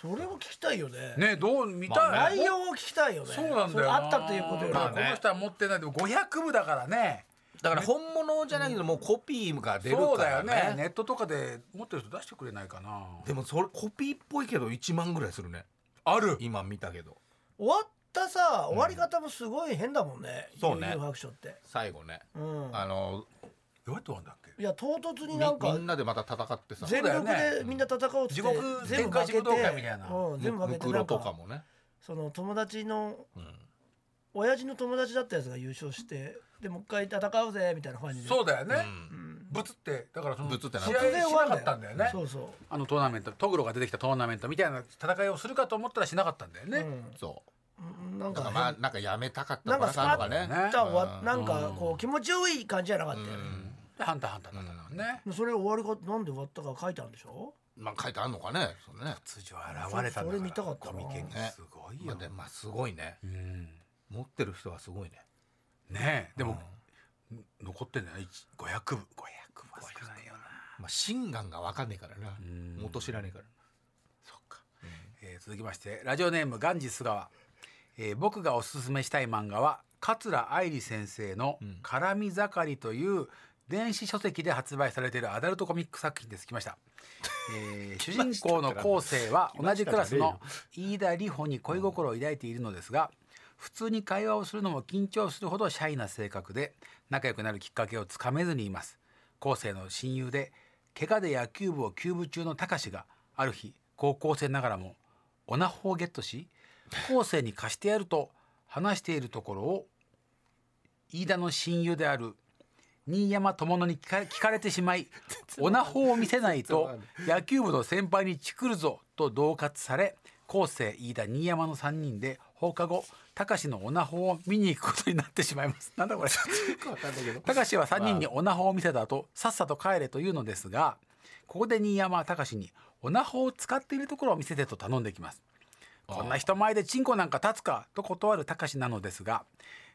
Speaker 2: それを聞きたいよね
Speaker 4: ねどう見たい、
Speaker 3: まあ
Speaker 2: 内容を聞きたいよね
Speaker 4: そうなんだよ
Speaker 2: れ
Speaker 4: な
Speaker 2: あったということより
Speaker 4: まあ
Speaker 2: も
Speaker 4: この人は持ってないでも500部だからね
Speaker 3: だから本物じゃないけどもうコピーが出る
Speaker 4: そう
Speaker 3: か
Speaker 4: だよ
Speaker 3: ら
Speaker 4: ね
Speaker 3: ね
Speaker 4: ネットとかで持ってる人出してくれないかな
Speaker 3: でもそれコピーっぽいけど1万ぐらいするね
Speaker 4: ある
Speaker 3: 今見たけど
Speaker 2: 終わったさ終わり方もすごい変だもんね
Speaker 3: そうね
Speaker 2: 幽遊白書って
Speaker 3: 最後ね
Speaker 2: うん
Speaker 3: あの
Speaker 4: どうやって終わるんだっけ
Speaker 2: いや唐突に
Speaker 3: み
Speaker 2: なんか
Speaker 3: みんなでまた戦ってさ
Speaker 2: 全力
Speaker 4: そうだよ
Speaker 2: でみんな戦おうって
Speaker 4: 地獄
Speaker 2: 全部負けて
Speaker 4: 天下地獄同会みたいな
Speaker 2: うん全部負け
Speaker 3: ム
Speaker 2: て
Speaker 3: ク
Speaker 2: な
Speaker 3: ロ
Speaker 2: ん
Speaker 3: とか
Speaker 2: か
Speaker 3: もね
Speaker 2: その友達の親父の友達だったやつが優勝してでもう一回戦うぜみたいな感じで
Speaker 4: そうだよね、ブツってだからその
Speaker 3: ブツってな
Speaker 4: 試
Speaker 2: 突
Speaker 4: 合
Speaker 2: 然
Speaker 4: し
Speaker 2: 終
Speaker 4: な
Speaker 2: わ
Speaker 4: かったんだよね
Speaker 2: そうそ
Speaker 4: あのトーナメントトグロが出てきたトーナメントみたいな戦いをするかと思ったらしなかったんだよね、
Speaker 2: う、うん、
Speaker 3: そう
Speaker 2: なん
Speaker 3: なん
Speaker 2: か
Speaker 3: かまあなんかやめたかった
Speaker 2: なんか
Speaker 3: パ
Speaker 2: ス
Speaker 3: ターン
Speaker 2: パ
Speaker 3: とかね
Speaker 2: ッと終わなんかこう気持ちよい感じじゃなかったよね
Speaker 4: でハンターハンターだったからね、
Speaker 2: それ終わりがなんで終わったか書いてあるんでしょ
Speaker 3: まあ書いてあんのかねそのね
Speaker 4: 通常現れたんだから
Speaker 2: それ見たかったな
Speaker 4: コミケに
Speaker 3: ね
Speaker 4: すごい
Speaker 3: まあ
Speaker 4: よ
Speaker 3: でまあすごいね
Speaker 4: うん
Speaker 3: 持ってる人はすごいね
Speaker 4: ねえでも、残ってんだよ500部500部は少ないよな
Speaker 3: まあ心眼がわかんねえからな元知らねえから
Speaker 4: そっか、えー続きましてラジオネームガンジス川、えー僕がおすすめしたい漫画は桂愛理先生の「絡み盛り」という電子書籍で発売されているアダルトコミック作品です来ました、えー主人公の昴生は同じクラスの飯田里穂に恋心を抱いているのですが普通に会話をするのも緊張するほどシャイな性格で仲良くなるきっかけをつかめずにいます昴生の親友で怪我で野球部を休部中の高志がある日高校生ながらもオナホをゲットし昴生に貸してやると話しているところを飯田の親友である新山智乃に聞か聞かれてしまい オナホを見せないと野球部の先輩にチクるぞと恫喝され昴生飯田新山の3人で放課後高志のオナホを見に行くことになってしまいます。 なんだこれたかしは3人にオナホを見せた後さっさと帰れというのですがここで新山はたかしにオナホを使っているところを見せてと頼んできますこんな人前でチンコなんか立つかと断るたかしなのですが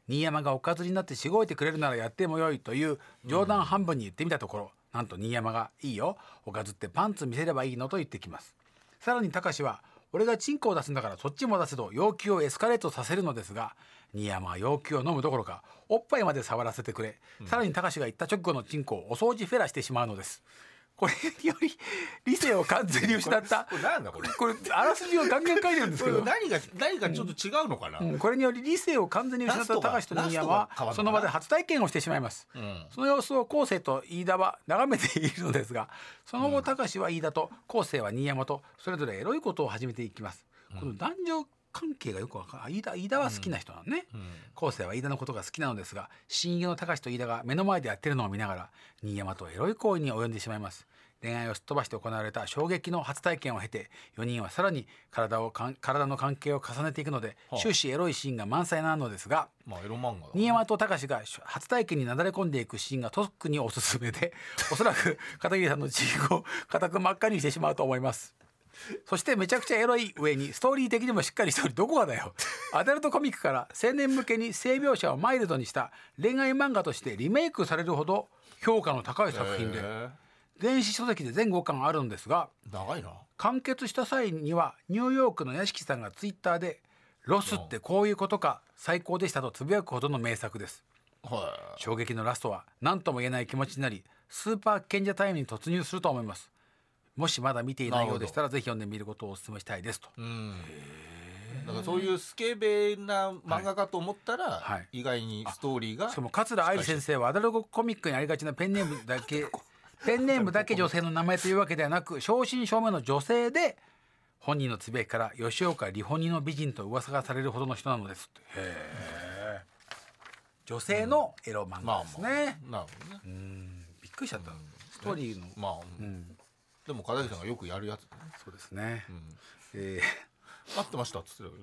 Speaker 4: 新山がおかずになってしごいてくれるならやってもよいという冗談半分に言ってみたところ、なんと新山が「いいよおかずってパンツ見せればいいの」と言ってきますさらにたかしは俺がチンコを出すんだからそっちも出せと要求をエスカレートさせるのですが新山は要求を飲むどころかおっぱいまで触らせてくれ、さらにたかしが言った直後のチンコをお掃除フェラしてしまうのですこれにより理性を完全に失った
Speaker 3: これなんだこれ
Speaker 4: これあらすじをガンガン書いてるんです
Speaker 3: こ
Speaker 4: け
Speaker 3: れ
Speaker 4: ど
Speaker 3: 何が何がちょっと違うのかな
Speaker 4: うんこれにより理性を完全に失った高橋と
Speaker 3: ラ
Speaker 4: 新山
Speaker 3: ストが変わるのか
Speaker 4: は
Speaker 3: な
Speaker 4: その場で初体験をしてしまいます、その様子を昴生と飯田は眺めているのですがその後高橋は飯田と昴生は新山とそれぞれエロいことを始めていきます、この男女関係がよくわかんない飯田飯田は好きな人なのね昴、生は飯田のことが好きなのですが親友の高橋と飯田が目の前でやってるのを見ながら新山とエロい行為に及んでしまいます恋愛をすっ飛ばして行われた衝撃の初体験を経て4人はさらに体をかん体の関係を重ねていくので終始エロいシーンが満載なのですが
Speaker 3: まあエロ漫画だ
Speaker 4: 新山と高志が初体験になだれ込んでいくシーンが特におすすめでおそらく片桐さんのチームを固く真っ赤にしてしまうと思います。そしてめちゃくちゃエロい上にストーリー的にもしっかりしておりどこがだよアダルトコミックから青年向けに性描写をマイルドにした恋愛漫画としてリメイクされるほど評価の高い作品で
Speaker 3: へ
Speaker 4: 電子書籍で全5巻あるんですが
Speaker 3: え長いな
Speaker 4: 完結した際にはニューヨークの屋敷さんがツイッターで「ロスってこういうことか最高でした」とつぶやくほどの名作です
Speaker 3: は
Speaker 4: 衝撃のラストは何とも言えない気持ちになりスーパー賢者タイムに突入すると思いますもしまだ見ていないようでしたらぜひ読んでみることをお勧めしたいですと、
Speaker 3: いだからそういうスケベな漫画かと思ったら、
Speaker 4: はい
Speaker 3: 意外にストーリーが
Speaker 4: しかも桂愛理先生はアダルトコミックにありがちなペンネームだけペンネームだけ女性の名前というわけではなく正真正銘の女性で本人のつぶやきから吉岡里帆にの美人と噂がされるほどの人なのですって女性のエロ
Speaker 3: ま
Speaker 4: 漫画
Speaker 3: あ
Speaker 4: です
Speaker 3: まあ
Speaker 4: ね、
Speaker 3: なるほどね
Speaker 4: びっくりしちゃったストーリーの
Speaker 3: まあ、でも片桐さんがよくやるやつ
Speaker 4: そうですね、えー
Speaker 3: 待ってましたっつってたけどね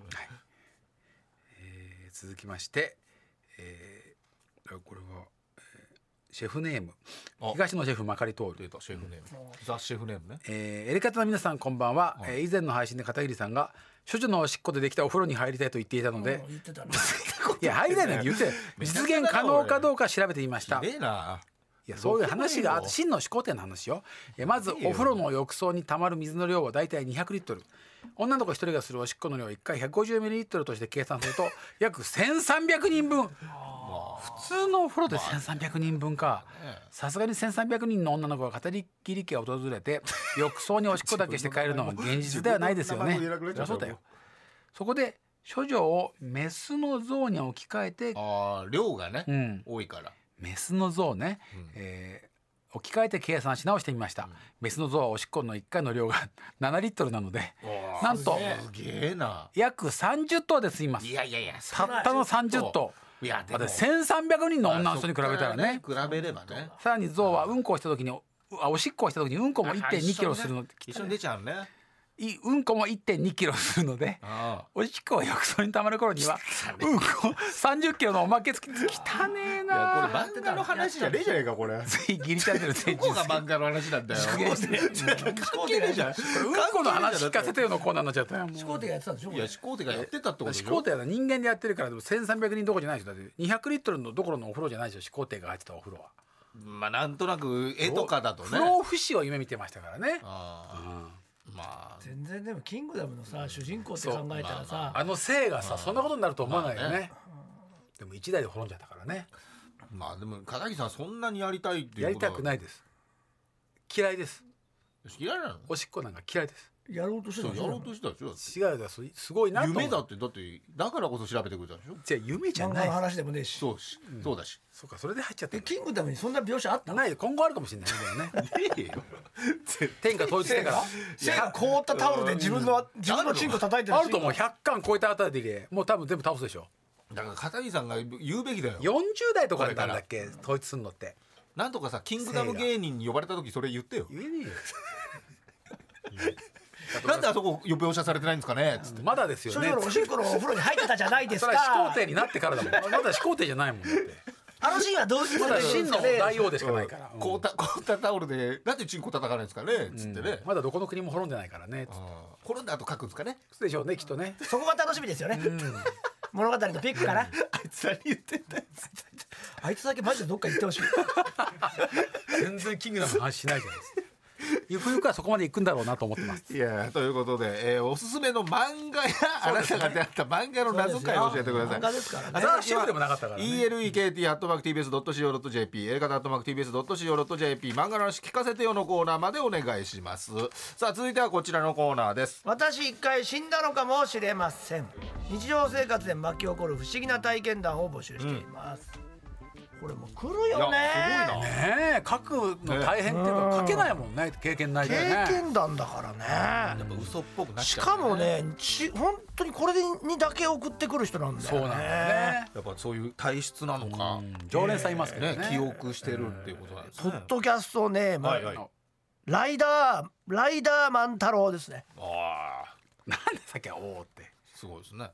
Speaker 4: えー続きまして、えーこれは、えーシェフネーム
Speaker 3: あ
Speaker 4: 東野シェフまかり通
Speaker 3: 出
Speaker 4: る、
Speaker 3: たシェフネーム、ザ・シェフネームね
Speaker 4: えーエレカタの皆さんこんばんは、えー以前の配信で片桐さんが「処女のおしっこでできたお風呂に入りたい」と言っていたので
Speaker 2: うん言ってたね
Speaker 4: いや入りたいなんて言ってない実現可能かどうか調べてみました
Speaker 3: ひでえない
Speaker 4: やそういう話があって真の始皇帝の話よえまずお風呂の浴槽にたまる水の量は大体200リットル女の子一人がするおしっこの量を1回150ミリリットルとして計算すると約1300人分普通のお風呂で1300人分かさすがに1300人の女の子が語りきり家を訪れて 浴槽におしっこだけして帰るのは現実ではないですよね
Speaker 5: 自分の名前も言えなくなっちゃう
Speaker 4: そうだよそこで処女をメスの像に置き換えて
Speaker 3: あー量がね、
Speaker 4: うん
Speaker 3: 多いから
Speaker 4: メスの像ね、えー置き換えて計算し直してみました、メスの像はおしっこの1回の量が 7リットルなのでなんと
Speaker 3: すげえな
Speaker 4: 約30頭で済みます
Speaker 3: いやいやいや
Speaker 4: たったの30頭
Speaker 3: いやで
Speaker 4: ま
Speaker 3: も
Speaker 4: だ1300人の女の人に比べたらね
Speaker 3: 比べればね
Speaker 4: さらに象はうんこをした時にあおしっこをした時にうんこも1 2キロするの
Speaker 3: 一緒に出ちゃうね
Speaker 4: いうんこも1.2キロするので
Speaker 3: あ
Speaker 4: おしっこが浴槽に溜まる頃にはうんこ30キロのおまけ付き汚ねえ
Speaker 3: あいやこれ
Speaker 4: な
Speaker 3: 漫画の話じゃね
Speaker 5: ねえじゃねえかこれ
Speaker 4: ぜひギリチャンネル全
Speaker 3: えどこが漫画の話なんだよ
Speaker 4: 実現して
Speaker 3: 関係ねえじゃん
Speaker 4: うんこの話聞かせてよのコーナーになっちゃったよもう
Speaker 2: 始皇帝がやってたんでしょこ
Speaker 3: い
Speaker 2: れ
Speaker 3: や始皇帝がやってたってことで
Speaker 4: 始
Speaker 3: し
Speaker 4: 皇
Speaker 3: ょ
Speaker 4: 帝は人間でやってるからでも1300人どころじゃないでしょだって200リットルのどころのお風呂じゃないでしょ始皇帝が入ってたお風呂は
Speaker 3: まあなんとなく絵とかだとね
Speaker 4: 不老不死を夢見てましたからね
Speaker 3: ああまあ
Speaker 2: 全然でもキングダムのさ主人公って
Speaker 4: そう
Speaker 2: 考えたらさ
Speaker 4: あの性がさそんなことになると思わないよ
Speaker 3: まあ
Speaker 4: ねでも一台で滅んじゃったからね
Speaker 3: まあでも片桐さんそんなにやりたいっていう
Speaker 4: やりたくないいです嫌いです
Speaker 3: 嫌いなの
Speaker 4: おしっこなんか嫌いです
Speaker 2: やろうとして
Speaker 3: そう
Speaker 2: た
Speaker 3: やろうと
Speaker 2: し
Speaker 3: したでしょ
Speaker 4: 違うだすすごいなと思う
Speaker 3: 夢だってだってだからこそ調べてくれたでしょ
Speaker 4: じゃあ夢じゃ
Speaker 2: 漫
Speaker 4: な
Speaker 2: 画
Speaker 4: い
Speaker 2: の話でもねえし
Speaker 3: そうし、そうだし
Speaker 4: そうかそれで入っちゃった
Speaker 2: えキングダムにそんな描写あった
Speaker 4: ない今後あるかもしれないけどね天下統一してから
Speaker 2: せ凍ったタオルで自分の自分のチンコ叩いてる
Speaker 4: あると思う100巻超えたあたりでもう多分全部倒すでしょ
Speaker 3: だから片桐さんが言うべきだよ
Speaker 4: 40代とかだったんだっけ統一すんのって
Speaker 3: なんとかさキングダム芸人に呼ばれた時それ言ってよ
Speaker 4: 言えねえよ
Speaker 3: なんであそこ予描写されてないんですかねつって
Speaker 4: まだですよ
Speaker 2: それ
Speaker 4: ね
Speaker 2: よりおしっこのお風呂に入ってたじゃないです
Speaker 4: それは始皇
Speaker 2: か
Speaker 4: 帝になってからだもんまだ始皇帝じゃないもんだって
Speaker 2: あのシーンはどういうこ
Speaker 4: ま
Speaker 2: と
Speaker 4: だ
Speaker 2: で
Speaker 4: 真の大王でしかないから、
Speaker 3: 凍った凍ったタオルでなんでチンコ叩かないんですかねつってね、
Speaker 4: まだどこの国も滅んでないからね
Speaker 3: あー転んだ後書くんですかね
Speaker 4: そうでしょうねきっとね
Speaker 2: そこが楽しみですよね物語のピックかな
Speaker 3: あいつ何言ってんだよ
Speaker 2: あいつだけマジでどっか行ってほしい
Speaker 4: 全然キングダムの話しないじゃないですかゆくゆくはそこまで行くんだろうなと思ってます
Speaker 3: いやということで、えーおすすめの漫画や、あなたが出会った漫画の謎解を教えてください
Speaker 2: 漫画ですからね
Speaker 4: 新しいでもなかったからね
Speaker 3: elekt アットマーク TBS ドット CO ドット JP、映画アットマーク TBS ドット CO ドット JP、漫画の話聞かせてよのコーナーまでお願いします。さあ続いてはこちらのコーナーです。
Speaker 2: 私一回死んだのかもしれません日常生活で巻き起こる不思議な体験談を募集しています、これもう来るよね
Speaker 3: いや
Speaker 4: ねえ書くの大変っていうか書けないもんね経験ないからね
Speaker 2: 経験談だからね
Speaker 3: 嘘っぽくなっ
Speaker 2: し
Speaker 3: ちゃう
Speaker 2: かもねち本当にこれにだけ送ってくる人なんだよね
Speaker 4: そうなんだよね
Speaker 3: やっぱそういう体質なのか、
Speaker 4: 常連さんいますけどね
Speaker 3: ね記憶してるっていうことなんです
Speaker 2: ポ
Speaker 3: ね。
Speaker 2: ッドキャストネーム、
Speaker 3: はいはい。あ
Speaker 2: ライダーライダーマン太郎ですね
Speaker 3: あ
Speaker 4: なんでさっきは「おお」って
Speaker 3: ー、すごいですね。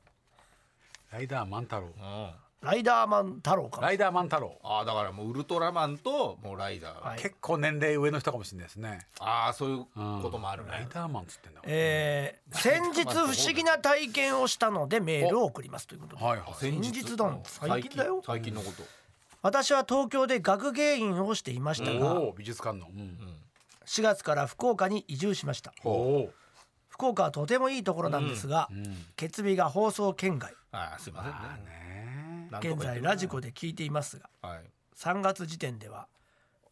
Speaker 4: ライダーマン太郎
Speaker 3: うん。あ
Speaker 2: ライダーマン太郎か
Speaker 4: ライダーマン太郎
Speaker 3: あだからもうウルトラマンともうライダー。
Speaker 2: はい
Speaker 4: 結構年齢上の人かもしれないですね
Speaker 3: ああそういうこともある
Speaker 4: ライ
Speaker 3: ね。
Speaker 4: ダーマンっつってんだもん
Speaker 2: えー先日不思議な体験をしたのでメールを送りますということで
Speaker 4: はいはい
Speaker 2: 先日だもん最近だよ
Speaker 3: 最近のこと。
Speaker 2: 私は東京で学芸員をしていましたが
Speaker 4: おお美術館のうん
Speaker 2: 4月から福岡に移住しました
Speaker 4: おお
Speaker 2: 福岡はとてもいいところなんですが、決備が放送圏外
Speaker 3: ああすいませんね。
Speaker 4: ね
Speaker 3: なんとか言っ
Speaker 2: 現
Speaker 3: て
Speaker 2: 在
Speaker 3: る
Speaker 2: ラジコで聞いていますが
Speaker 3: はい。
Speaker 2: 3月時点では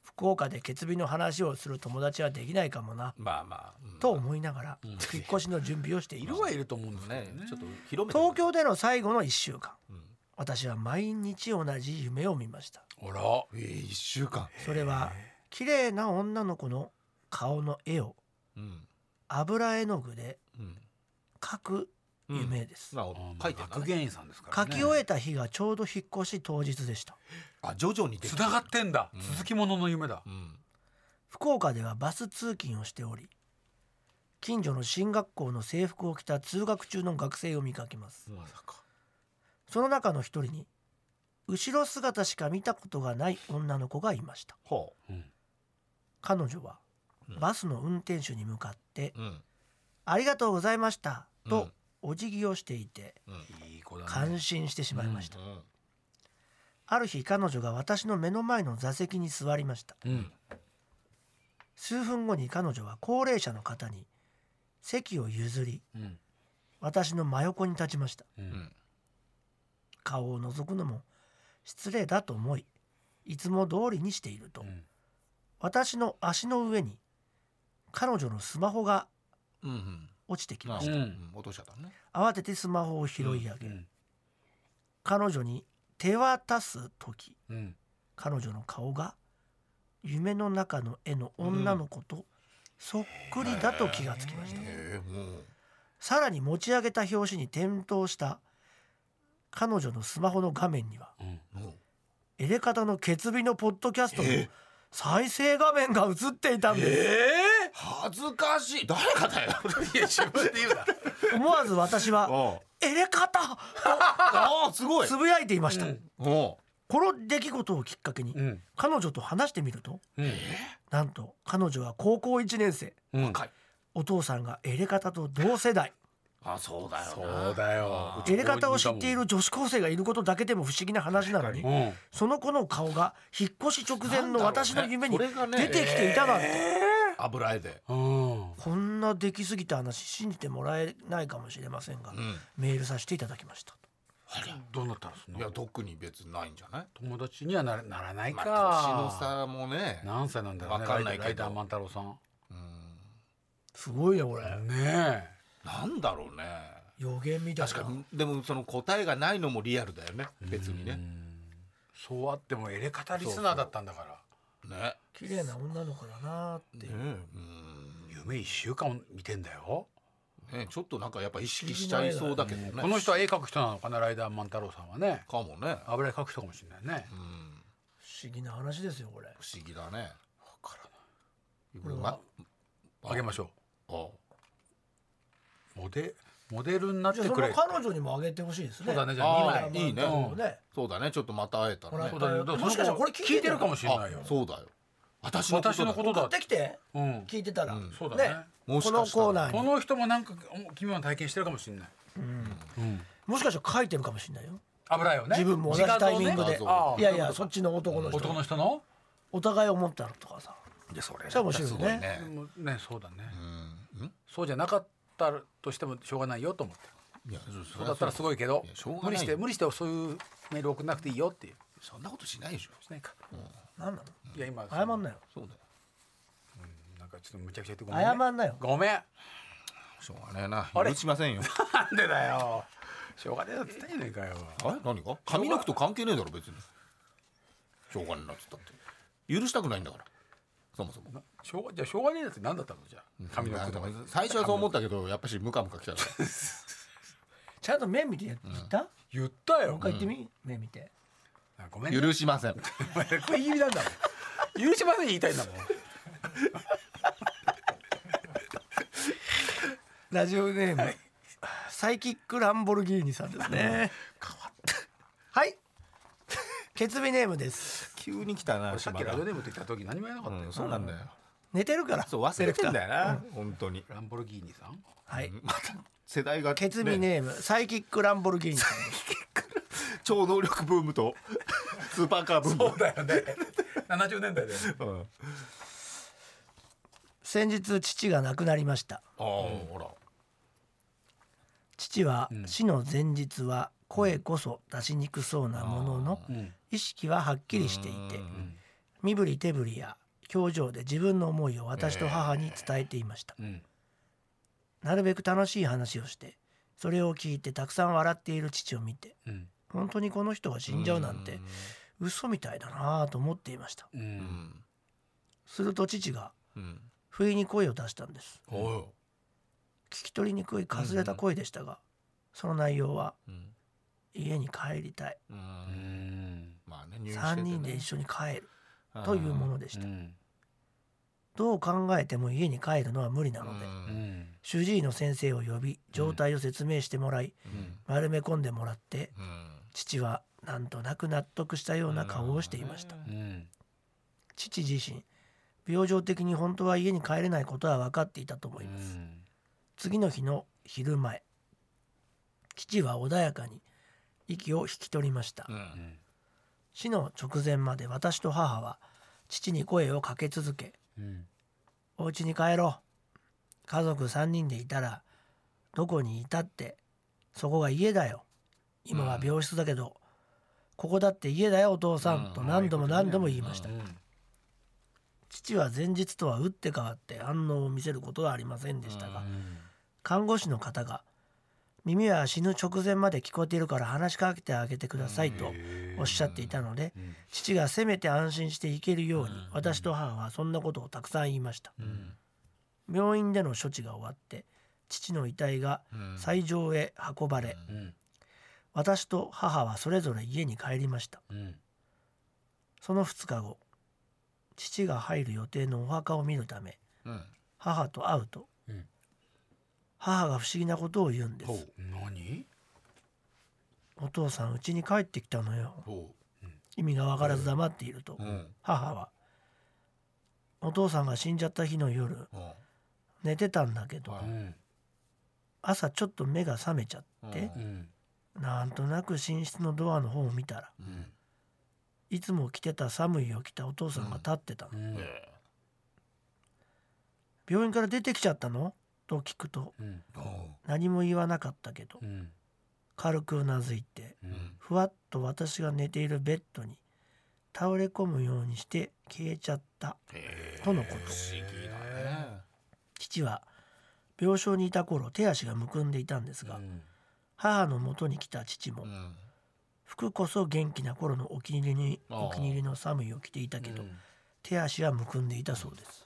Speaker 2: 福岡で決備の話をする友達はできないかもな
Speaker 3: まあまあ。うん
Speaker 2: と思いながら引っ越しの準備をしてい
Speaker 4: い
Speaker 2: ま
Speaker 4: る
Speaker 2: す
Speaker 4: はいると思うんですけ
Speaker 3: ね
Speaker 4: どね
Speaker 3: ちょっと広めて
Speaker 2: 東京での最後の1週間
Speaker 3: ん
Speaker 2: 私は毎日同じ夢を見ました
Speaker 4: あら
Speaker 3: えー、1週間、
Speaker 2: それは綺麗な女の子の顔の絵を
Speaker 3: うん
Speaker 2: 油絵の具で
Speaker 3: うん、
Speaker 2: 描く夢です、
Speaker 3: なるほど書いてるんだ
Speaker 4: 学
Speaker 3: ね
Speaker 4: 芸員さんですから
Speaker 2: 書
Speaker 4: ね
Speaker 2: き終えた日がちょうど引っ越し当日でした
Speaker 3: あ徐々に出
Speaker 4: つながってんだ
Speaker 3: うん
Speaker 4: 続きものの夢だ
Speaker 3: うん
Speaker 2: 福岡ではバス通勤をしており近所の進学校の制服を着た通学中の学生を見かけます
Speaker 3: うん
Speaker 2: その中の一人に後ろ姿しか見たことがない女の子がいました
Speaker 3: ほ
Speaker 2: 彼女は
Speaker 3: うん
Speaker 2: バスの運転手に向かって
Speaker 3: う、うん
Speaker 2: 「ありがとうございました」
Speaker 3: う
Speaker 2: と
Speaker 3: ん
Speaker 2: お辞儀をしていて
Speaker 3: うん
Speaker 4: いい子だね
Speaker 2: 感心してしまいました
Speaker 3: うん
Speaker 2: ある日彼女が私の目の前の座席に座りました
Speaker 4: うん
Speaker 2: 数分後に彼女は高齢者の方に席を譲り
Speaker 4: うん
Speaker 2: 私の真横に立ちました
Speaker 4: うん
Speaker 2: 顔を覗くのも失礼だと思いいつも通りにしていると、
Speaker 4: うん
Speaker 2: 私の足の上に彼女のスマホが
Speaker 3: うんうん
Speaker 2: 落ちてき
Speaker 3: な
Speaker 2: ま
Speaker 3: る
Speaker 2: し
Speaker 3: ほど
Speaker 2: た、
Speaker 4: うん
Speaker 3: うん落としちゃったね
Speaker 2: 慌ててスマホを拾い上げ、
Speaker 4: うん
Speaker 2: 彼女に手渡す時
Speaker 4: うん
Speaker 2: 彼女の顔が夢の中の絵の女の子とそっくりだと気がつきました、
Speaker 3: ええもう
Speaker 2: さらに持ち上げた表紙に点灯した彼女のスマホの画面には
Speaker 4: うん
Speaker 3: もう
Speaker 2: エレカタの決備のポッドキャストの再生画面が映っていたんです、
Speaker 4: ええ
Speaker 3: 恥ずかしい
Speaker 5: 誰かだよ
Speaker 4: いや自 分で言うな
Speaker 2: 思わず 私は
Speaker 5: おう
Speaker 2: 「エレカタ!」
Speaker 5: ああすご
Speaker 2: と
Speaker 5: い
Speaker 2: つぶやいていました、
Speaker 5: お
Speaker 2: この出来事をきっかけに、
Speaker 4: うん
Speaker 2: 彼女と話してみると
Speaker 4: うん
Speaker 2: なんと彼女は高校1年生
Speaker 4: うん
Speaker 3: 若い
Speaker 2: お父さんがエレカタと同世代
Speaker 5: あそうだよな
Speaker 4: そうだよ
Speaker 2: エレカタを知っている女子高生がいることだけでも不思議な話なのに
Speaker 4: うん
Speaker 2: その子の顔が引っ越し直前の私の夢に
Speaker 5: なん
Speaker 2: 出
Speaker 5: だろうねそれがね
Speaker 2: てきていたなんて
Speaker 3: 油絵で
Speaker 4: うん
Speaker 2: こんな出来すぎた話信じてもらえないかもしれませんがメールさせていただきました
Speaker 4: どうなったらそん
Speaker 3: い
Speaker 4: な
Speaker 3: や特に別にないんじゃない
Speaker 4: 友達にはならならないか、
Speaker 3: まあ年の差もね
Speaker 4: 何歳なんだろうね
Speaker 3: わかんないけど
Speaker 4: ライダー万太郎さん
Speaker 2: すごいねこれ
Speaker 4: ね
Speaker 3: なんだろうね
Speaker 2: 予言みたいな
Speaker 3: 確かにでもその答えがないのもリアルだよね別にね
Speaker 4: えそうあってもエレカタリスナーだったんだから
Speaker 3: ね
Speaker 2: 綺麗な女の子だなっていう
Speaker 3: うん
Speaker 4: 夢一週間見てんだよ
Speaker 3: ねちょっとなんかやっぱ意識しちゃいそうだけどね
Speaker 4: この人は絵描く人なのかなライダー万太郎さんはね
Speaker 3: かもね
Speaker 4: 油絵描く人かもしれないね、
Speaker 2: 不思議な話ですよこれ
Speaker 3: 不思議だね
Speaker 2: これは
Speaker 3: ま
Speaker 4: あげましょ
Speaker 3: あ
Speaker 4: うモデモデルになっ
Speaker 2: じ
Speaker 4: て
Speaker 2: ゃあそ
Speaker 4: く
Speaker 2: れ
Speaker 4: れ
Speaker 2: は彼女にもあげてほしいですね
Speaker 4: そうだねじゃ
Speaker 3: あ
Speaker 4: あ
Speaker 3: ー
Speaker 4: 2
Speaker 2: ま
Speaker 4: 枚
Speaker 2: あ
Speaker 3: いいね
Speaker 2: まあね
Speaker 3: そうだねちょっとまた会えた
Speaker 2: もら
Speaker 3: ら
Speaker 2: え
Speaker 3: ね
Speaker 4: そうだねだら
Speaker 2: もしかしたらこれ聞いてる
Speaker 4: 聞いてるかもしれないよ
Speaker 3: あそうだよ私のこと
Speaker 4: 私のことだ
Speaker 2: 送ってきて
Speaker 4: うん
Speaker 2: 聞いてたら、
Speaker 4: そうだね
Speaker 3: もし
Speaker 2: こ
Speaker 3: か
Speaker 2: の
Speaker 3: したら
Speaker 2: コーナー
Speaker 4: こ
Speaker 2: に
Speaker 4: の人もなんかお君は体験してるかもしれない
Speaker 2: もしかしたら書いてるかもしれないよ
Speaker 4: 油絵をね
Speaker 2: 自分も同じタイミング
Speaker 3: 自
Speaker 2: で、
Speaker 3: 画像ね
Speaker 4: ああ
Speaker 2: いやいやそっちの男の人
Speaker 4: 男の人の
Speaker 2: お互い思ったのとかさ
Speaker 3: でそれ
Speaker 2: それは面白い
Speaker 3: す
Speaker 2: ね
Speaker 3: ごい
Speaker 4: でもねそうだねそうじゃなかったとしてもしょうがないよと思って
Speaker 3: いやそそ
Speaker 4: そうだったらすごいけど
Speaker 3: いやしょうがない
Speaker 4: 無理して無理してそういうメール送んなくていいよっていう
Speaker 3: そんなことしないでしょ
Speaker 4: しないか
Speaker 2: なんなの
Speaker 4: いや今
Speaker 2: 謝んなよ
Speaker 3: そうだよ
Speaker 4: なんかちょっとむちゃくちゃ言ってごめん、ね、
Speaker 2: 謝んなよ
Speaker 4: ごめん
Speaker 3: しょうがねえな
Speaker 4: あれ
Speaker 3: 許しませんよ
Speaker 4: なんでだよしょうがねえだって言ったじゃねえかよ
Speaker 3: あれ何か髪の毛と関係ねえだろ別にしょうがねえなっつったって許したくないんだからそもそも
Speaker 4: しょうがじゃあしょうがねえだって何だったのじゃあ髪の毛とか
Speaker 3: 最初はそう思ったけどやっぱしムカムカきたから
Speaker 2: ちゃんと目見て言った、も
Speaker 4: 言った
Speaker 2: う
Speaker 4: よ
Speaker 2: 一回言ってみ、目見て
Speaker 4: あごめん ね
Speaker 3: 許しません
Speaker 4: お前これ言いなんだもん許しません言いたいんだもん
Speaker 2: ラジオネーム、サイキックランボルギーニさんですねはい ケツビネームです
Speaker 3: 急に来たな
Speaker 4: さっきラジオネームって言った時何も言えなかったよ、
Speaker 3: そうなんだよ
Speaker 2: 寝てるから
Speaker 3: そう忘れてんだよな本当に
Speaker 4: ランボルギーニさん
Speaker 2: はい
Speaker 3: また世代が
Speaker 2: ケツビネーム、サイキックランボルギー ニさんです
Speaker 3: 超能力ブームと スーパーカーブーム
Speaker 4: そうだよね70年代だよね
Speaker 3: うん、あ
Speaker 2: 先日父が亡くなりました
Speaker 3: あ、ほら
Speaker 2: 父は死の前日は声こそ出しにくそうなものの
Speaker 4: ん
Speaker 2: 意識ははっきりしていて身振り手振りや表情で自分の思いを私と母に伝えていました
Speaker 4: うん
Speaker 2: なるべく楽しい話をしてそれを聞いてたくさん笑っている父を見て
Speaker 4: うん
Speaker 2: 本当にこの人が死んじゃうなんて嘘みたいだなぁと思っていました
Speaker 4: う
Speaker 3: うんん
Speaker 2: すると父が
Speaker 3: うん
Speaker 2: 不意に声を出したんです
Speaker 3: およ、
Speaker 2: 聞き取りにくいかすれた声でしたがその内容は
Speaker 3: うん
Speaker 2: 家に帰りたい
Speaker 3: うん、まあね入院して
Speaker 2: 3
Speaker 3: て、ね、
Speaker 2: 人で一緒に帰るというものでした
Speaker 4: うん
Speaker 2: どう考えても家に帰るのは無理な
Speaker 3: な
Speaker 2: ので、
Speaker 4: うん
Speaker 2: 主治医の先生を呼び状態を説明してもらい、
Speaker 3: うん
Speaker 2: 丸め込んでもらって
Speaker 3: うん
Speaker 2: 父はなんとなく納得したような顔をしていました、
Speaker 4: うん
Speaker 2: 父自身病状的に本当は家に帰れないことは分かっていたと思います、次の日の昼前父は穏やかに息を引き取りました、
Speaker 3: うん
Speaker 2: 死の直前まで私と母は父に声をかけ続け
Speaker 4: うん
Speaker 2: お家に帰ろう家族3人でいたらどこにいたってそこが家だよ今は病室だけど、ここだって家だよお父さん、と何度も何度も言いました、父は前日とは打って変わって反応を見せることはありませんでしたが、看護師の方が耳は死ぬ直前まで聞こえているから話しかけてあげてくださいとおっしゃっていたので、父がせめて安心して行けるように私と母はそんなことをたくさん言いました、病院での処置が終わって父の遺体が斎場へ運ばれ、
Speaker 4: うん
Speaker 2: 私と母はそれぞれ家に帰りました
Speaker 4: うん
Speaker 2: その2日後父が入る予定のお墓を見るため
Speaker 3: うん
Speaker 2: 母と会うと、
Speaker 4: うん
Speaker 2: 母が不思議なことを言うんで
Speaker 4: ほ
Speaker 2: す
Speaker 4: う何
Speaker 2: お父さんうちに帰ってきたのよ
Speaker 3: ほ
Speaker 2: 意味がわからず黙っていると、
Speaker 3: ううん
Speaker 2: 母はお父さんが死んじゃった日の夜
Speaker 3: うん
Speaker 2: 寝てたんだけど、
Speaker 3: は
Speaker 4: う
Speaker 3: い
Speaker 4: ん
Speaker 2: 朝ちょっと目が覚めちゃって、
Speaker 4: うん
Speaker 2: なんとなく寝室のドアの方を見たら
Speaker 3: うん
Speaker 2: いつも着てた寒いを着たお父さんが立ってたの、
Speaker 4: うん
Speaker 3: え
Speaker 2: 病院から出てきちゃったのと聞くと
Speaker 4: うん
Speaker 3: えほ
Speaker 2: 何も言わなかったけど
Speaker 4: うん
Speaker 2: 軽くうなずいて
Speaker 3: う
Speaker 4: う
Speaker 3: んん
Speaker 2: ふわっと私が寝ているベッドに倒れ込むようにして消えちゃった
Speaker 3: ええ
Speaker 2: とのこと
Speaker 3: 不思議だね
Speaker 2: 父は病床にいた頃手足がむくんでいたんですが、母の元に来た父も
Speaker 3: うん
Speaker 2: 服こそ元気な頃のお気に入りに
Speaker 3: ああ
Speaker 2: お気に入りの寒いを着ていたけど、
Speaker 3: うん
Speaker 2: 手足はむくんでいたそうです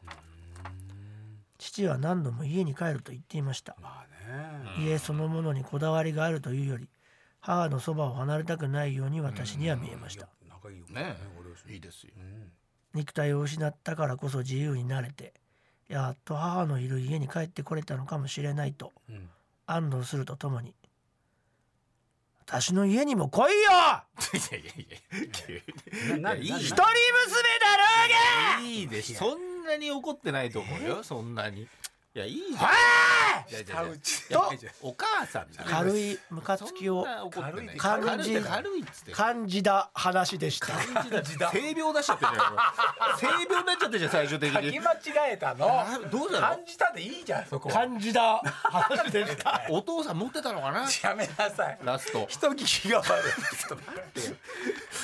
Speaker 2: 父は何度も家に帰ると言っていました、
Speaker 4: まあね
Speaker 2: 家そのものにこだわりがあるというより母のそばを離れたくないように私には見えました、
Speaker 4: 仲いいよ
Speaker 3: ね
Speaker 4: ご両親
Speaker 3: いいですよ
Speaker 4: うん
Speaker 2: 肉体を失ったからこそ自由になれてやっと母のいる家に帰ってこれたのかもしれないと
Speaker 4: うん
Speaker 2: 安堵するとともに「私の家にも来いよ
Speaker 3: いやいやいや急に
Speaker 4: なないい
Speaker 3: やいい
Speaker 2: 一
Speaker 3: 人
Speaker 2: 人娘だろうが
Speaker 3: いいでしょそんなに怒ってないと思うよそんなにいやいいじゃんいやいやいや
Speaker 4: 下打ち
Speaker 3: いやいやお母さんじゃない
Speaker 2: 軽いムカつきを
Speaker 3: そんな怒ってない
Speaker 2: 軽い
Speaker 3: 軽いって軽いっつって
Speaker 2: 感じた話でした
Speaker 3: 感じだ性病出しちゃってるじゃん性病になっちゃってるじゃん最終的
Speaker 4: 書き
Speaker 3: に
Speaker 4: 間違えたの
Speaker 3: あどうなの
Speaker 4: 感じたでいいじゃんそこは
Speaker 2: 感じた話でした
Speaker 3: お父さん持ってたのかな
Speaker 4: やめなさい
Speaker 3: ラスト
Speaker 4: 人聞きが悪いちょっと待ってよ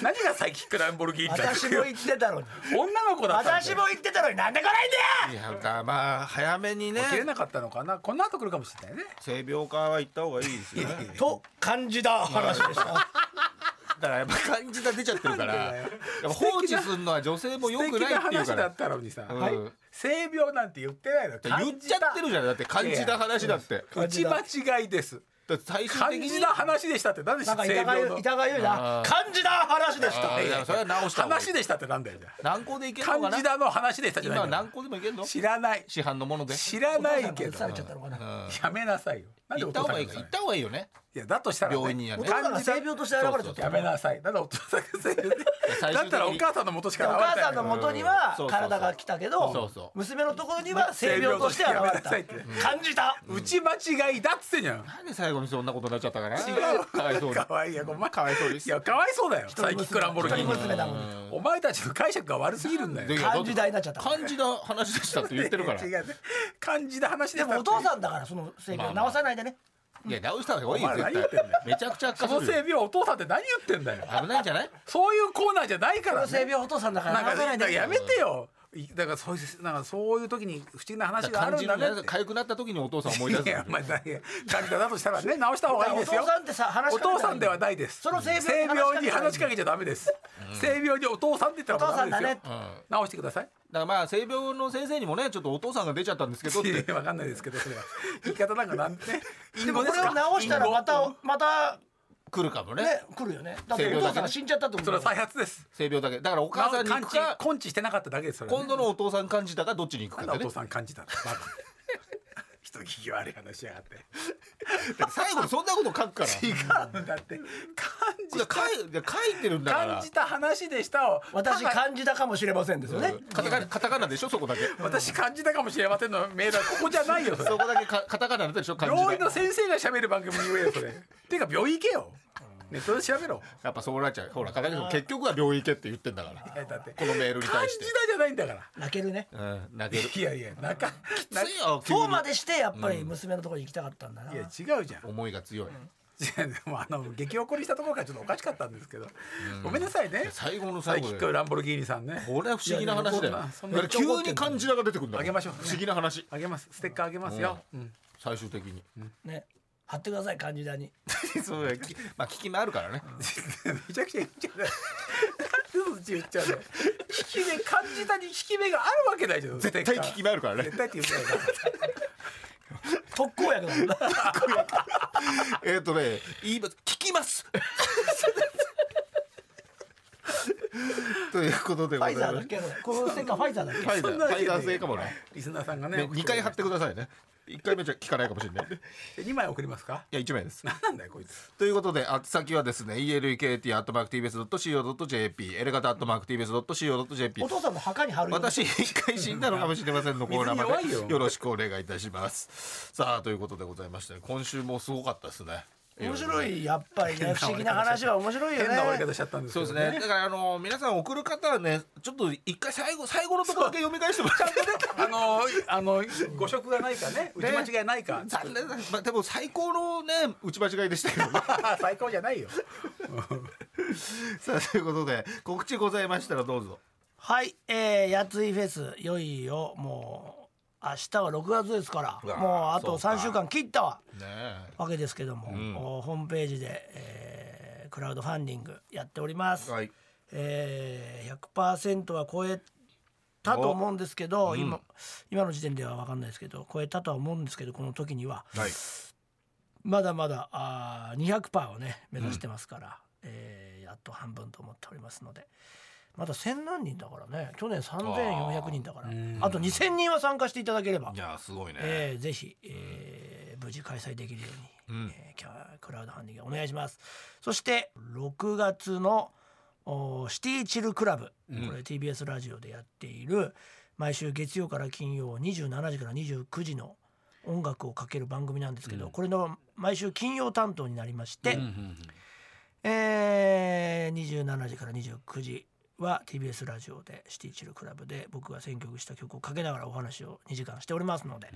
Speaker 4: 何が最近クランボルギーって
Speaker 2: 私も言ってたのに
Speaker 4: 女の子だったんだよ
Speaker 2: 私も言ってたのになんで来ないんだよ
Speaker 3: いやだまあ早め にね
Speaker 4: 起きれなかったのかなこの後来るかもしれないね
Speaker 3: 性病科は行った方がいいですよね
Speaker 2: と感じた話でした
Speaker 3: だからやっぱ感じが出ちゃってるから
Speaker 4: なんでだ
Speaker 3: や
Speaker 4: よ
Speaker 3: っぱ放置するのは女性も良
Speaker 4: 素
Speaker 3: く
Speaker 4: 敵
Speaker 3: ない
Speaker 4: な
Speaker 3: っていう
Speaker 4: 話
Speaker 3: か
Speaker 4: だ
Speaker 3: ら
Speaker 4: ったのにさ、
Speaker 3: うん
Speaker 4: はい性病なんて言ってないの
Speaker 3: 言っちゃってるじゃんだって感じた話だって
Speaker 4: 打ち間違いです
Speaker 3: だって最終的
Speaker 4: 感
Speaker 3: に
Speaker 4: じな話でしたって何で
Speaker 2: なんか
Speaker 4: 性
Speaker 2: 痛が
Speaker 4: 病
Speaker 2: ゆ
Speaker 4: の
Speaker 2: 痛がゆい
Speaker 3: あ
Speaker 2: な
Speaker 3: ー
Speaker 2: 感じた話でした
Speaker 3: あーいやそれは直した方がいい
Speaker 4: 話でしたってなんだよじゃ
Speaker 3: 軟膏でいける
Speaker 4: あ
Speaker 3: のか
Speaker 4: 感
Speaker 3: な
Speaker 4: じだの話でしたじゃ
Speaker 3: 今
Speaker 4: ない
Speaker 3: は
Speaker 4: の
Speaker 3: 軟膏でもいけるの
Speaker 4: 知らない
Speaker 3: 市販のもので
Speaker 4: 知らないけ
Speaker 2: う
Speaker 4: ど
Speaker 2: されちゃったのかな
Speaker 4: やめなさいよなんで
Speaker 3: 行
Speaker 4: お
Speaker 3: った方が
Speaker 4: 父さんが
Speaker 3: いいか行った方がいいよね
Speaker 4: いやだとしたら、ね、
Speaker 3: 病院にはね
Speaker 2: お父さんが性病として現れちゃ
Speaker 3: そ
Speaker 2: っ
Speaker 3: う
Speaker 2: た
Speaker 3: そう
Speaker 4: やめなさいなんでお父さんが性病で
Speaker 3: 最終的
Speaker 4: だ
Speaker 3: に
Speaker 4: ったらお母さんの元し
Speaker 2: お
Speaker 4: か現れ
Speaker 2: 母
Speaker 4: た
Speaker 2: さんの元には
Speaker 3: そうそうそう
Speaker 2: 体が来た
Speaker 3: そ
Speaker 2: け
Speaker 3: う
Speaker 2: ど
Speaker 3: そう
Speaker 2: 娘のところには性病として現れた
Speaker 4: 性病としてやめな
Speaker 2: 感じた
Speaker 4: 打ち間違いだっつってんじゃん
Speaker 3: なんで最後にそんなことになっちゃったかな
Speaker 4: 違う
Speaker 3: かわいそうに
Speaker 4: かわいいやお前
Speaker 3: かわいそうです
Speaker 4: いやかわいそうだよ最近クランボルギー
Speaker 2: 一人娘だもん
Speaker 4: お前たちの解釈が悪すぎるんだよ
Speaker 3: で
Speaker 2: 感じたになっちゃった
Speaker 3: 感じた話でしたって言ってるから
Speaker 4: 違う
Speaker 3: い
Speaker 4: ね感じた話
Speaker 2: で
Speaker 4: でした
Speaker 2: もお父さんだからその性
Speaker 3: まあ
Speaker 2: 病
Speaker 3: まあ
Speaker 2: 治さないでね
Speaker 3: や直した方がいいよ
Speaker 4: お前何
Speaker 3: 絶
Speaker 4: 言って
Speaker 3: 対
Speaker 4: んだよ
Speaker 3: めちゃくちゃ悪
Speaker 4: そ
Speaker 3: 化
Speaker 4: の
Speaker 3: す
Speaker 4: 性
Speaker 3: るよ
Speaker 4: 病お父さんって何言ってんだよ
Speaker 3: 危ないんじゃない
Speaker 4: そういうコーナーじゃないか
Speaker 2: そ
Speaker 4: ら、
Speaker 2: の性
Speaker 4: ね、
Speaker 2: 病お父さんだか
Speaker 4: なん
Speaker 2: ら治さない
Speaker 4: か
Speaker 2: で
Speaker 4: やめてよいだからそういうなんかそういう時に不思議な話があ
Speaker 3: 感
Speaker 4: る
Speaker 3: じ
Speaker 4: んだ
Speaker 3: の
Speaker 4: ねっ
Speaker 3: ね
Speaker 4: て
Speaker 3: 痒くなった時にお父さん思い出す
Speaker 4: いやまあいや感じただとしたらね直した方がいいですよ
Speaker 2: お父さんってさ話し
Speaker 4: お
Speaker 2: かけたらいい
Speaker 4: 父さんではないです
Speaker 2: その性病
Speaker 4: 性
Speaker 2: に
Speaker 4: 病に話しかけちゃダメです性病にお父さんって言ったらもうダメ
Speaker 2: お
Speaker 4: で
Speaker 2: 父
Speaker 4: す
Speaker 3: うん
Speaker 2: さ
Speaker 4: よ
Speaker 3: だか
Speaker 4: 直してください
Speaker 3: らまあ性病の先生にもねちょっとお父さんが出ちゃったんですけどっ
Speaker 4: いや
Speaker 3: て
Speaker 4: いやわかんないですけどそれは言い方なんかなん てね
Speaker 2: でもこれを
Speaker 4: 隠語ですか
Speaker 2: 直したらま
Speaker 4: 隠
Speaker 2: たまた
Speaker 3: 来るかもね
Speaker 2: ね来るよねだってお父さんが死んじゃったってこ
Speaker 4: 語そ
Speaker 2: と
Speaker 4: れ
Speaker 2: だ
Speaker 4: は
Speaker 2: もん
Speaker 4: 再発です
Speaker 3: 性病だけだからお母さんに行
Speaker 4: 感
Speaker 3: く
Speaker 4: 知
Speaker 3: か
Speaker 4: 根治してなかっただけですそれはね
Speaker 3: 今度のお父さん感じたかどっちに行く
Speaker 4: なん
Speaker 3: かっ
Speaker 4: だお
Speaker 3: てね
Speaker 4: 父さん感じたのバカ 人聞き悪い話しやがって
Speaker 3: 最後にそんなこと書くか ら
Speaker 4: 違うんだって
Speaker 3: いや
Speaker 4: 感
Speaker 3: 書いいや書いてるん
Speaker 4: じ
Speaker 3: だから
Speaker 4: 感じた話でしたを
Speaker 2: 私感じたかもしれませんですよね
Speaker 3: カタカナカタカナでしょそこだけ
Speaker 4: 私感じたかもしれませんのメールはここじゃないよそれ
Speaker 3: そこだけかカタカナだったでしょ感じ
Speaker 4: 病院
Speaker 3: た
Speaker 4: の先生が喋る番組に言えよ それていうか病院行けよネットで調べろ
Speaker 3: やっぱそうなっちゃうほら片桐さん結局は病院行けって言ってんだから
Speaker 4: いやだって
Speaker 3: このメールに
Speaker 4: 感
Speaker 3: 対
Speaker 4: じ
Speaker 3: したて
Speaker 4: じゃないんだから
Speaker 2: 泣けるね
Speaker 3: うん泣ける
Speaker 4: いやいやなかな
Speaker 3: 強いよ急に
Speaker 2: そうまでしてやっぱり娘のところに行きたかったんだない
Speaker 4: や違うじゃん
Speaker 3: 思いが強い
Speaker 4: いやでもあの激怒りしたところからちょっとおかしかったんですけど、ごめんなさいね
Speaker 3: 最後の
Speaker 4: サ
Speaker 3: 最
Speaker 4: イキ
Speaker 3: 後
Speaker 4: ッ
Speaker 3: で
Speaker 4: クランボルギーニさんね
Speaker 3: これは不思議な話だよ
Speaker 4: いやいやそんなそんな
Speaker 3: だから急に感じたが出てくるんだもん
Speaker 4: あげましょう
Speaker 3: 不思議な話
Speaker 4: あげますステッカーあげますよ、うん
Speaker 3: 最終的に
Speaker 2: ね貼ってください感じだに
Speaker 3: そうだきまあ聞き目あるからね
Speaker 4: めちゃくちゃ言っちゃうねなんでそっち言っちゃうの引き目感じたに引き目があるわけないじゃん
Speaker 3: 絶対聞き目あるからね
Speaker 4: 絶対って言っちゃうから
Speaker 2: 特効薬だもんな
Speaker 3: えっとね言います聞きます ということで
Speaker 2: フ
Speaker 3: ござ
Speaker 2: ァ
Speaker 3: い
Speaker 2: イザ
Speaker 3: ま
Speaker 2: ーだっ
Speaker 3: す
Speaker 2: けこれこのステッカーファイザーだっ
Speaker 3: ファイザー
Speaker 4: そんなわ
Speaker 3: ファ
Speaker 4: けね
Speaker 3: イザー製かもね
Speaker 4: リスナーさんがね
Speaker 3: ね二回貼ってくださいね一回目じゃ聞かないかもしれないね
Speaker 4: 2枚送りますか
Speaker 3: いや一名です
Speaker 4: 何なんだよこいつ
Speaker 3: ということで、あ先はですね、elekt.tbs.co.jp、エレガタ .tbs.co.jp
Speaker 2: お。父さんも墓に貼るよ
Speaker 3: 私、一回死んだのかもしれませんのコ ーナーま
Speaker 4: 水に弱いよ
Speaker 3: でよろしくお願いいたします。さあ、ということでございまして、今週もすごかったですね。
Speaker 2: 面白いやっぱりね不思議な話は面白いよね
Speaker 4: 変な終わり方しちゃったんですけ
Speaker 3: そう
Speaker 4: ど
Speaker 3: ですね。だからあの皆さん送る方はね、ちょっと一回最後最後のところだけ読み返してもらって、
Speaker 4: あのあの誤植がないかね打ち間違いないか
Speaker 3: 残念だ、まあでも最高のね打ち間違いでしたけどね。
Speaker 4: 最高じゃないよ
Speaker 3: さあということで告知ございましたらどうぞ。
Speaker 2: はい、えー、やついフェスいよいよもう明日は6月ですか
Speaker 3: う
Speaker 2: ら
Speaker 3: わ
Speaker 2: もうあ
Speaker 3: そ
Speaker 2: と
Speaker 3: うか
Speaker 2: 3週間切ったわ
Speaker 3: ねえ。
Speaker 2: わけですけども、おホームページで、えークラウドファンディングやっております、
Speaker 3: はい
Speaker 2: えー、100%は超えたと思うんですけど、今今の時点では分かんないですけど超えたとは思うんですけどこの時には
Speaker 3: はい。
Speaker 2: まだまだあー200%をね目指してますから、えーやっと半分と思っておりますのでまだ1,000何人だからね去年3400人だからあと2,000人は参加していただければ
Speaker 3: い、やすごいね。
Speaker 2: えーぜひ、えー無事開催できるように、えーキャクラウドファンディングお願いしますそして6月のおーシティチルクラブ、これ TBS ラジオでやっている毎週月曜から金曜27時から29時の音楽をかける番組なんですけど、これの毎週金曜担当になりまして、えー、27時から29時は TBS ラジオでシティチルクラブで僕が選曲した曲をかけながらお話を2時間しておりますので、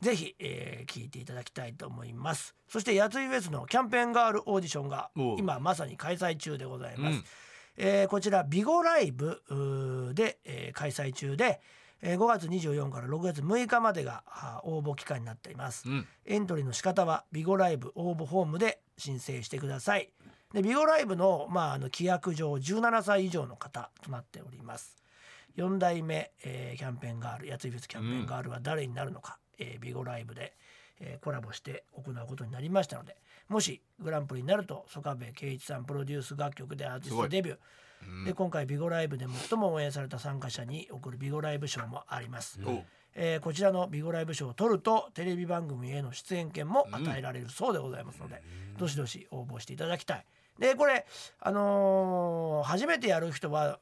Speaker 2: ぜひ、えー聞いていただきたいと思いますそしてやついフェスのキャンペーンガールオーディションが
Speaker 3: おう
Speaker 2: 今まさに開催中でございます、
Speaker 3: うん
Speaker 2: えーこちらビゴライブうーで、えー開催中でえー5月24から6月6日までがあー応募期間になっています、
Speaker 3: ん
Speaker 2: エントリーの仕方はビゴライブ応募フォームで申請してくださいでビゴライブの,、まああの規約上17歳以上の方となっております4代目、えーキャンペーンガールやついフェスキャンペーンガールは誰になるのか、えービゴライブで、えーコラボして行うことになりましたのでもしグランプリになると曽我部圭一さんプロデュース楽曲でアーティストデビューで今回ビゴライブで最も応援された参加者に贈るビゴライブ賞もあります、えーこちらのビゴライブ賞を取るとテレビ番組への出演権も与えられるそうでございますので、どしどし応募していただきたいでこれあのー初めてやる人は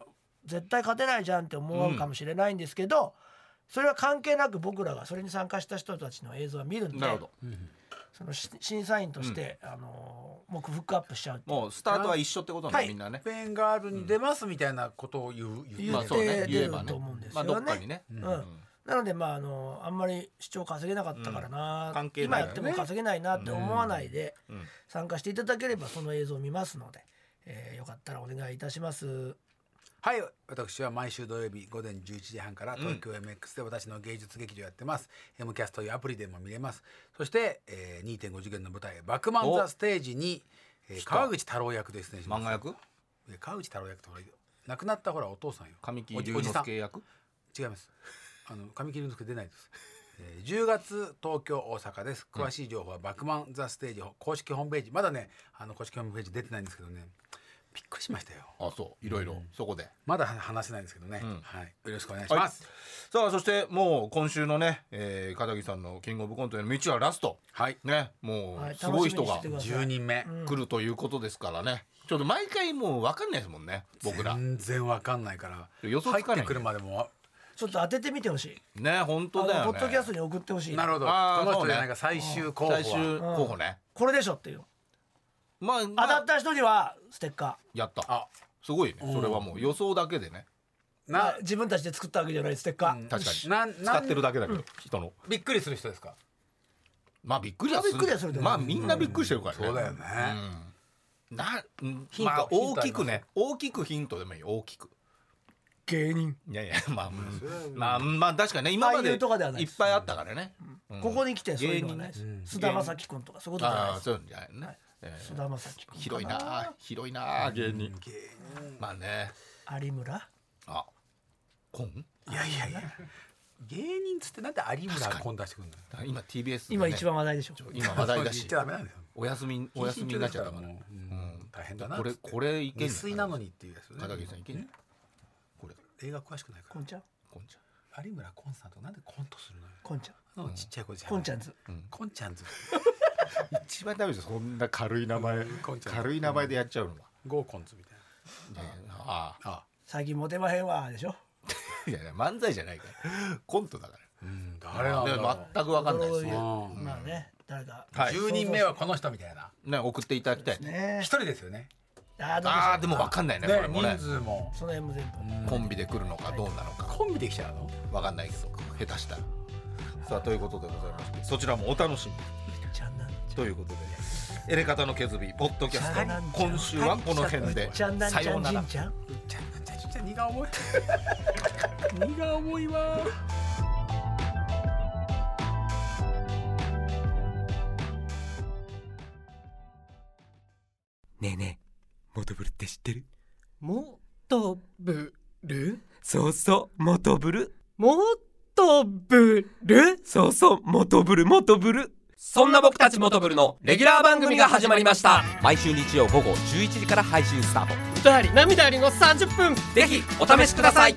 Speaker 2: 絶対勝てないじゃんって思うかもしれないんですけど、それは関係なく僕らがそれに参加した人たちの映像は見るんで
Speaker 3: なるほど。
Speaker 2: そのし審査員として、あのーもうフックアップしちゃうっていう
Speaker 3: もうスタートは一緒ってことね、
Speaker 2: はい
Speaker 3: みんなね。
Speaker 4: ペンガールに出ますみたいなことを言う言う
Speaker 2: 言
Speaker 3: ま
Speaker 2: っ
Speaker 3: あそう
Speaker 2: て
Speaker 3: ね言
Speaker 2: 出
Speaker 3: え
Speaker 2: る
Speaker 3: ばね
Speaker 2: と思うんです
Speaker 3: ま
Speaker 2: よ
Speaker 3: あ
Speaker 2: ね。
Speaker 3: どっかにね。
Speaker 2: うんなのでまああのあんまり視聴稼げなかったからな、
Speaker 3: 関係な
Speaker 2: 今
Speaker 3: い
Speaker 2: や
Speaker 3: よ
Speaker 2: っ
Speaker 3: ね
Speaker 2: ても稼げないなって思わないで参加していただければその映像を見ますので、えーよかったらお願いいたします。
Speaker 4: はい私は毎週土曜日午前11時半から東京 MX で私の芸術劇場やってます、M キャスというアプリでも見れますそして、えー、2.5次元の舞台「バックマン・ザ・ステージに」えー川口太郎役ですね
Speaker 3: 漫画役？
Speaker 4: 川口太郎役ってほら亡くなったほらお父さんよ
Speaker 3: 神木
Speaker 4: おじ
Speaker 3: 隆之
Speaker 4: おじさん
Speaker 3: 介役？
Speaker 4: 違います。あの神木隆之介出ないです。えー10月東京大阪です。詳しい情報はバックマンザステージ公式ホームページまだねあの公式ホームページ出てないんですけどねびっくりしましたよ。
Speaker 3: あそういろいろ、そこで。
Speaker 4: まだ話せないんですけどね、はいよろしくお願いします。
Speaker 3: さあそしてもう今週のね、えー、片木さんのキングオブコントへの道はラスト。
Speaker 4: はい。
Speaker 3: ねも
Speaker 2: はいう
Speaker 3: すごい人が
Speaker 2: 楽しみにしててください
Speaker 4: 10人目、
Speaker 3: 来るということですからね。ちょっと毎回もうわかんないですもんね僕ら。
Speaker 4: 全然わかんないから
Speaker 3: 予想つかない
Speaker 4: 入ってくるまでも
Speaker 2: ちょっと当ててみてほしい。
Speaker 3: ね本当だ
Speaker 2: あの
Speaker 3: よ
Speaker 2: ポッドキャ
Speaker 3: ね
Speaker 2: ス。トに送ってほしい。
Speaker 4: なるほどこ
Speaker 3: あー
Speaker 4: の
Speaker 3: そう
Speaker 4: 人
Speaker 3: ね
Speaker 4: じゃないか最終候補は
Speaker 3: 最終候補ね。
Speaker 2: これでしょっていう。
Speaker 3: まあ
Speaker 2: 当
Speaker 3: ま
Speaker 2: た
Speaker 3: あ
Speaker 2: った人にはステッカ
Speaker 3: やった
Speaker 4: あ。
Speaker 3: すごいね。それはもう予想だけでね。
Speaker 2: ー。ま
Speaker 4: な
Speaker 2: あ、自分たちで作ったわけじゃないステッカー。
Speaker 3: 確かに。
Speaker 4: なん
Speaker 3: 使ってるだけだけど人の。
Speaker 4: びっくりする人ですか。
Speaker 3: まあびっくりはする。
Speaker 2: びっくりはするけどね
Speaker 3: まあみんなびっくりしてるからね。
Speaker 4: そうだよね。
Speaker 3: な、うん
Speaker 4: ヒント
Speaker 3: まあ
Speaker 4: ヒン
Speaker 3: 大
Speaker 4: トあり
Speaker 3: き
Speaker 4: ま
Speaker 3: く
Speaker 4: す
Speaker 3: ね、大きくヒントでもいい、大きく。
Speaker 2: 芸人。
Speaker 3: いやいや、 まあ、うんまあ、まあ、確かにね、今ま
Speaker 2: 俳
Speaker 3: でい
Speaker 2: 優とかではない
Speaker 3: っ
Speaker 2: です
Speaker 3: ぱいあったからね。
Speaker 2: ここに来てそういうのはないです
Speaker 3: 芸人
Speaker 2: 菅田将暉君とかそういうことじゃな
Speaker 3: あ
Speaker 2: いで
Speaker 3: あ、
Speaker 2: す。
Speaker 3: そうじゃないね。えー
Speaker 2: 菅田将暉君。
Speaker 3: 広いな、広いな、芸人。まあね、
Speaker 2: 有村。
Speaker 3: あ、コン
Speaker 4: いやいやいや芸人っつってなんで有村コン出してくるの。
Speaker 3: 今 TBS でね
Speaker 2: 今一番話題でしょ。
Speaker 3: 今話題だ
Speaker 4: 言っ
Speaker 3: し
Speaker 4: ちゃ、ダメなんですよ。
Speaker 3: お休み、お休みになっちゃったから。
Speaker 4: うん大変だな。
Speaker 3: これ、これいけん
Speaker 4: 未
Speaker 3: のか
Speaker 4: 遂な
Speaker 3: な
Speaker 4: のにっていうやつね。
Speaker 3: 片桐さんいけんの
Speaker 4: 映画詳しくないか
Speaker 2: こんちゃん
Speaker 3: こんちゃ
Speaker 4: ら有村コンさんとなんでコントするのよ
Speaker 2: こんちゃん
Speaker 4: そんなのちっちゃい子じゃ
Speaker 2: こんちゃんず
Speaker 4: んこんちゃんズ
Speaker 3: ん一番ダメですよそんな軽い名前
Speaker 4: こんちゃん
Speaker 3: 軽い名前でやっちゃうのは、
Speaker 4: ゴーコンズみたい
Speaker 3: ねあ
Speaker 4: なあ
Speaker 2: 最近モテまへんわでしょ
Speaker 3: あいやいや漫才じゃないからコントだか
Speaker 4: うん
Speaker 3: ら
Speaker 4: 誰なんだ
Speaker 3: で
Speaker 4: ろ
Speaker 3: 全く分かんないです
Speaker 4: う
Speaker 3: ね,、
Speaker 4: うん
Speaker 2: まあね誰か
Speaker 3: はい、
Speaker 4: 10人目はこの人みたいな
Speaker 3: ね送っていただきたいね
Speaker 2: ね
Speaker 4: 一人ですよね
Speaker 2: あーどう
Speaker 3: あーでも分
Speaker 2: わ
Speaker 3: かんないね
Speaker 4: ね
Speaker 3: これもね
Speaker 4: 人数も
Speaker 2: その辺も全部
Speaker 3: コンビで来るのかどうなのか
Speaker 4: コンビできちゃうの
Speaker 3: 分かんないけど下手したらさあということでございましてそちらもお楽しみに
Speaker 2: ちゃんなん
Speaker 3: ということでエレカタの削りポッドキャスト
Speaker 2: さあなんちゃん
Speaker 3: 今週はこの辺で
Speaker 2: ちゃんなんち
Speaker 3: さ
Speaker 2: ゃ
Speaker 3: ようんな
Speaker 2: じ
Speaker 3: ら
Speaker 2: んちゃん
Speaker 4: ちゃんちゃんちゃん荷が重い荷が重いわ
Speaker 6: ねえねえモトブルって知ってる
Speaker 7: もっとぶる
Speaker 6: そうそうモトブル
Speaker 7: もっとぶる
Speaker 6: そうそうモトブルモトブルそんな僕たちモトブルのレギュラー番組が始まりました毎週日曜午後11時から配信スタート
Speaker 7: 歌あり涙ありの30分
Speaker 6: ぜひお試しください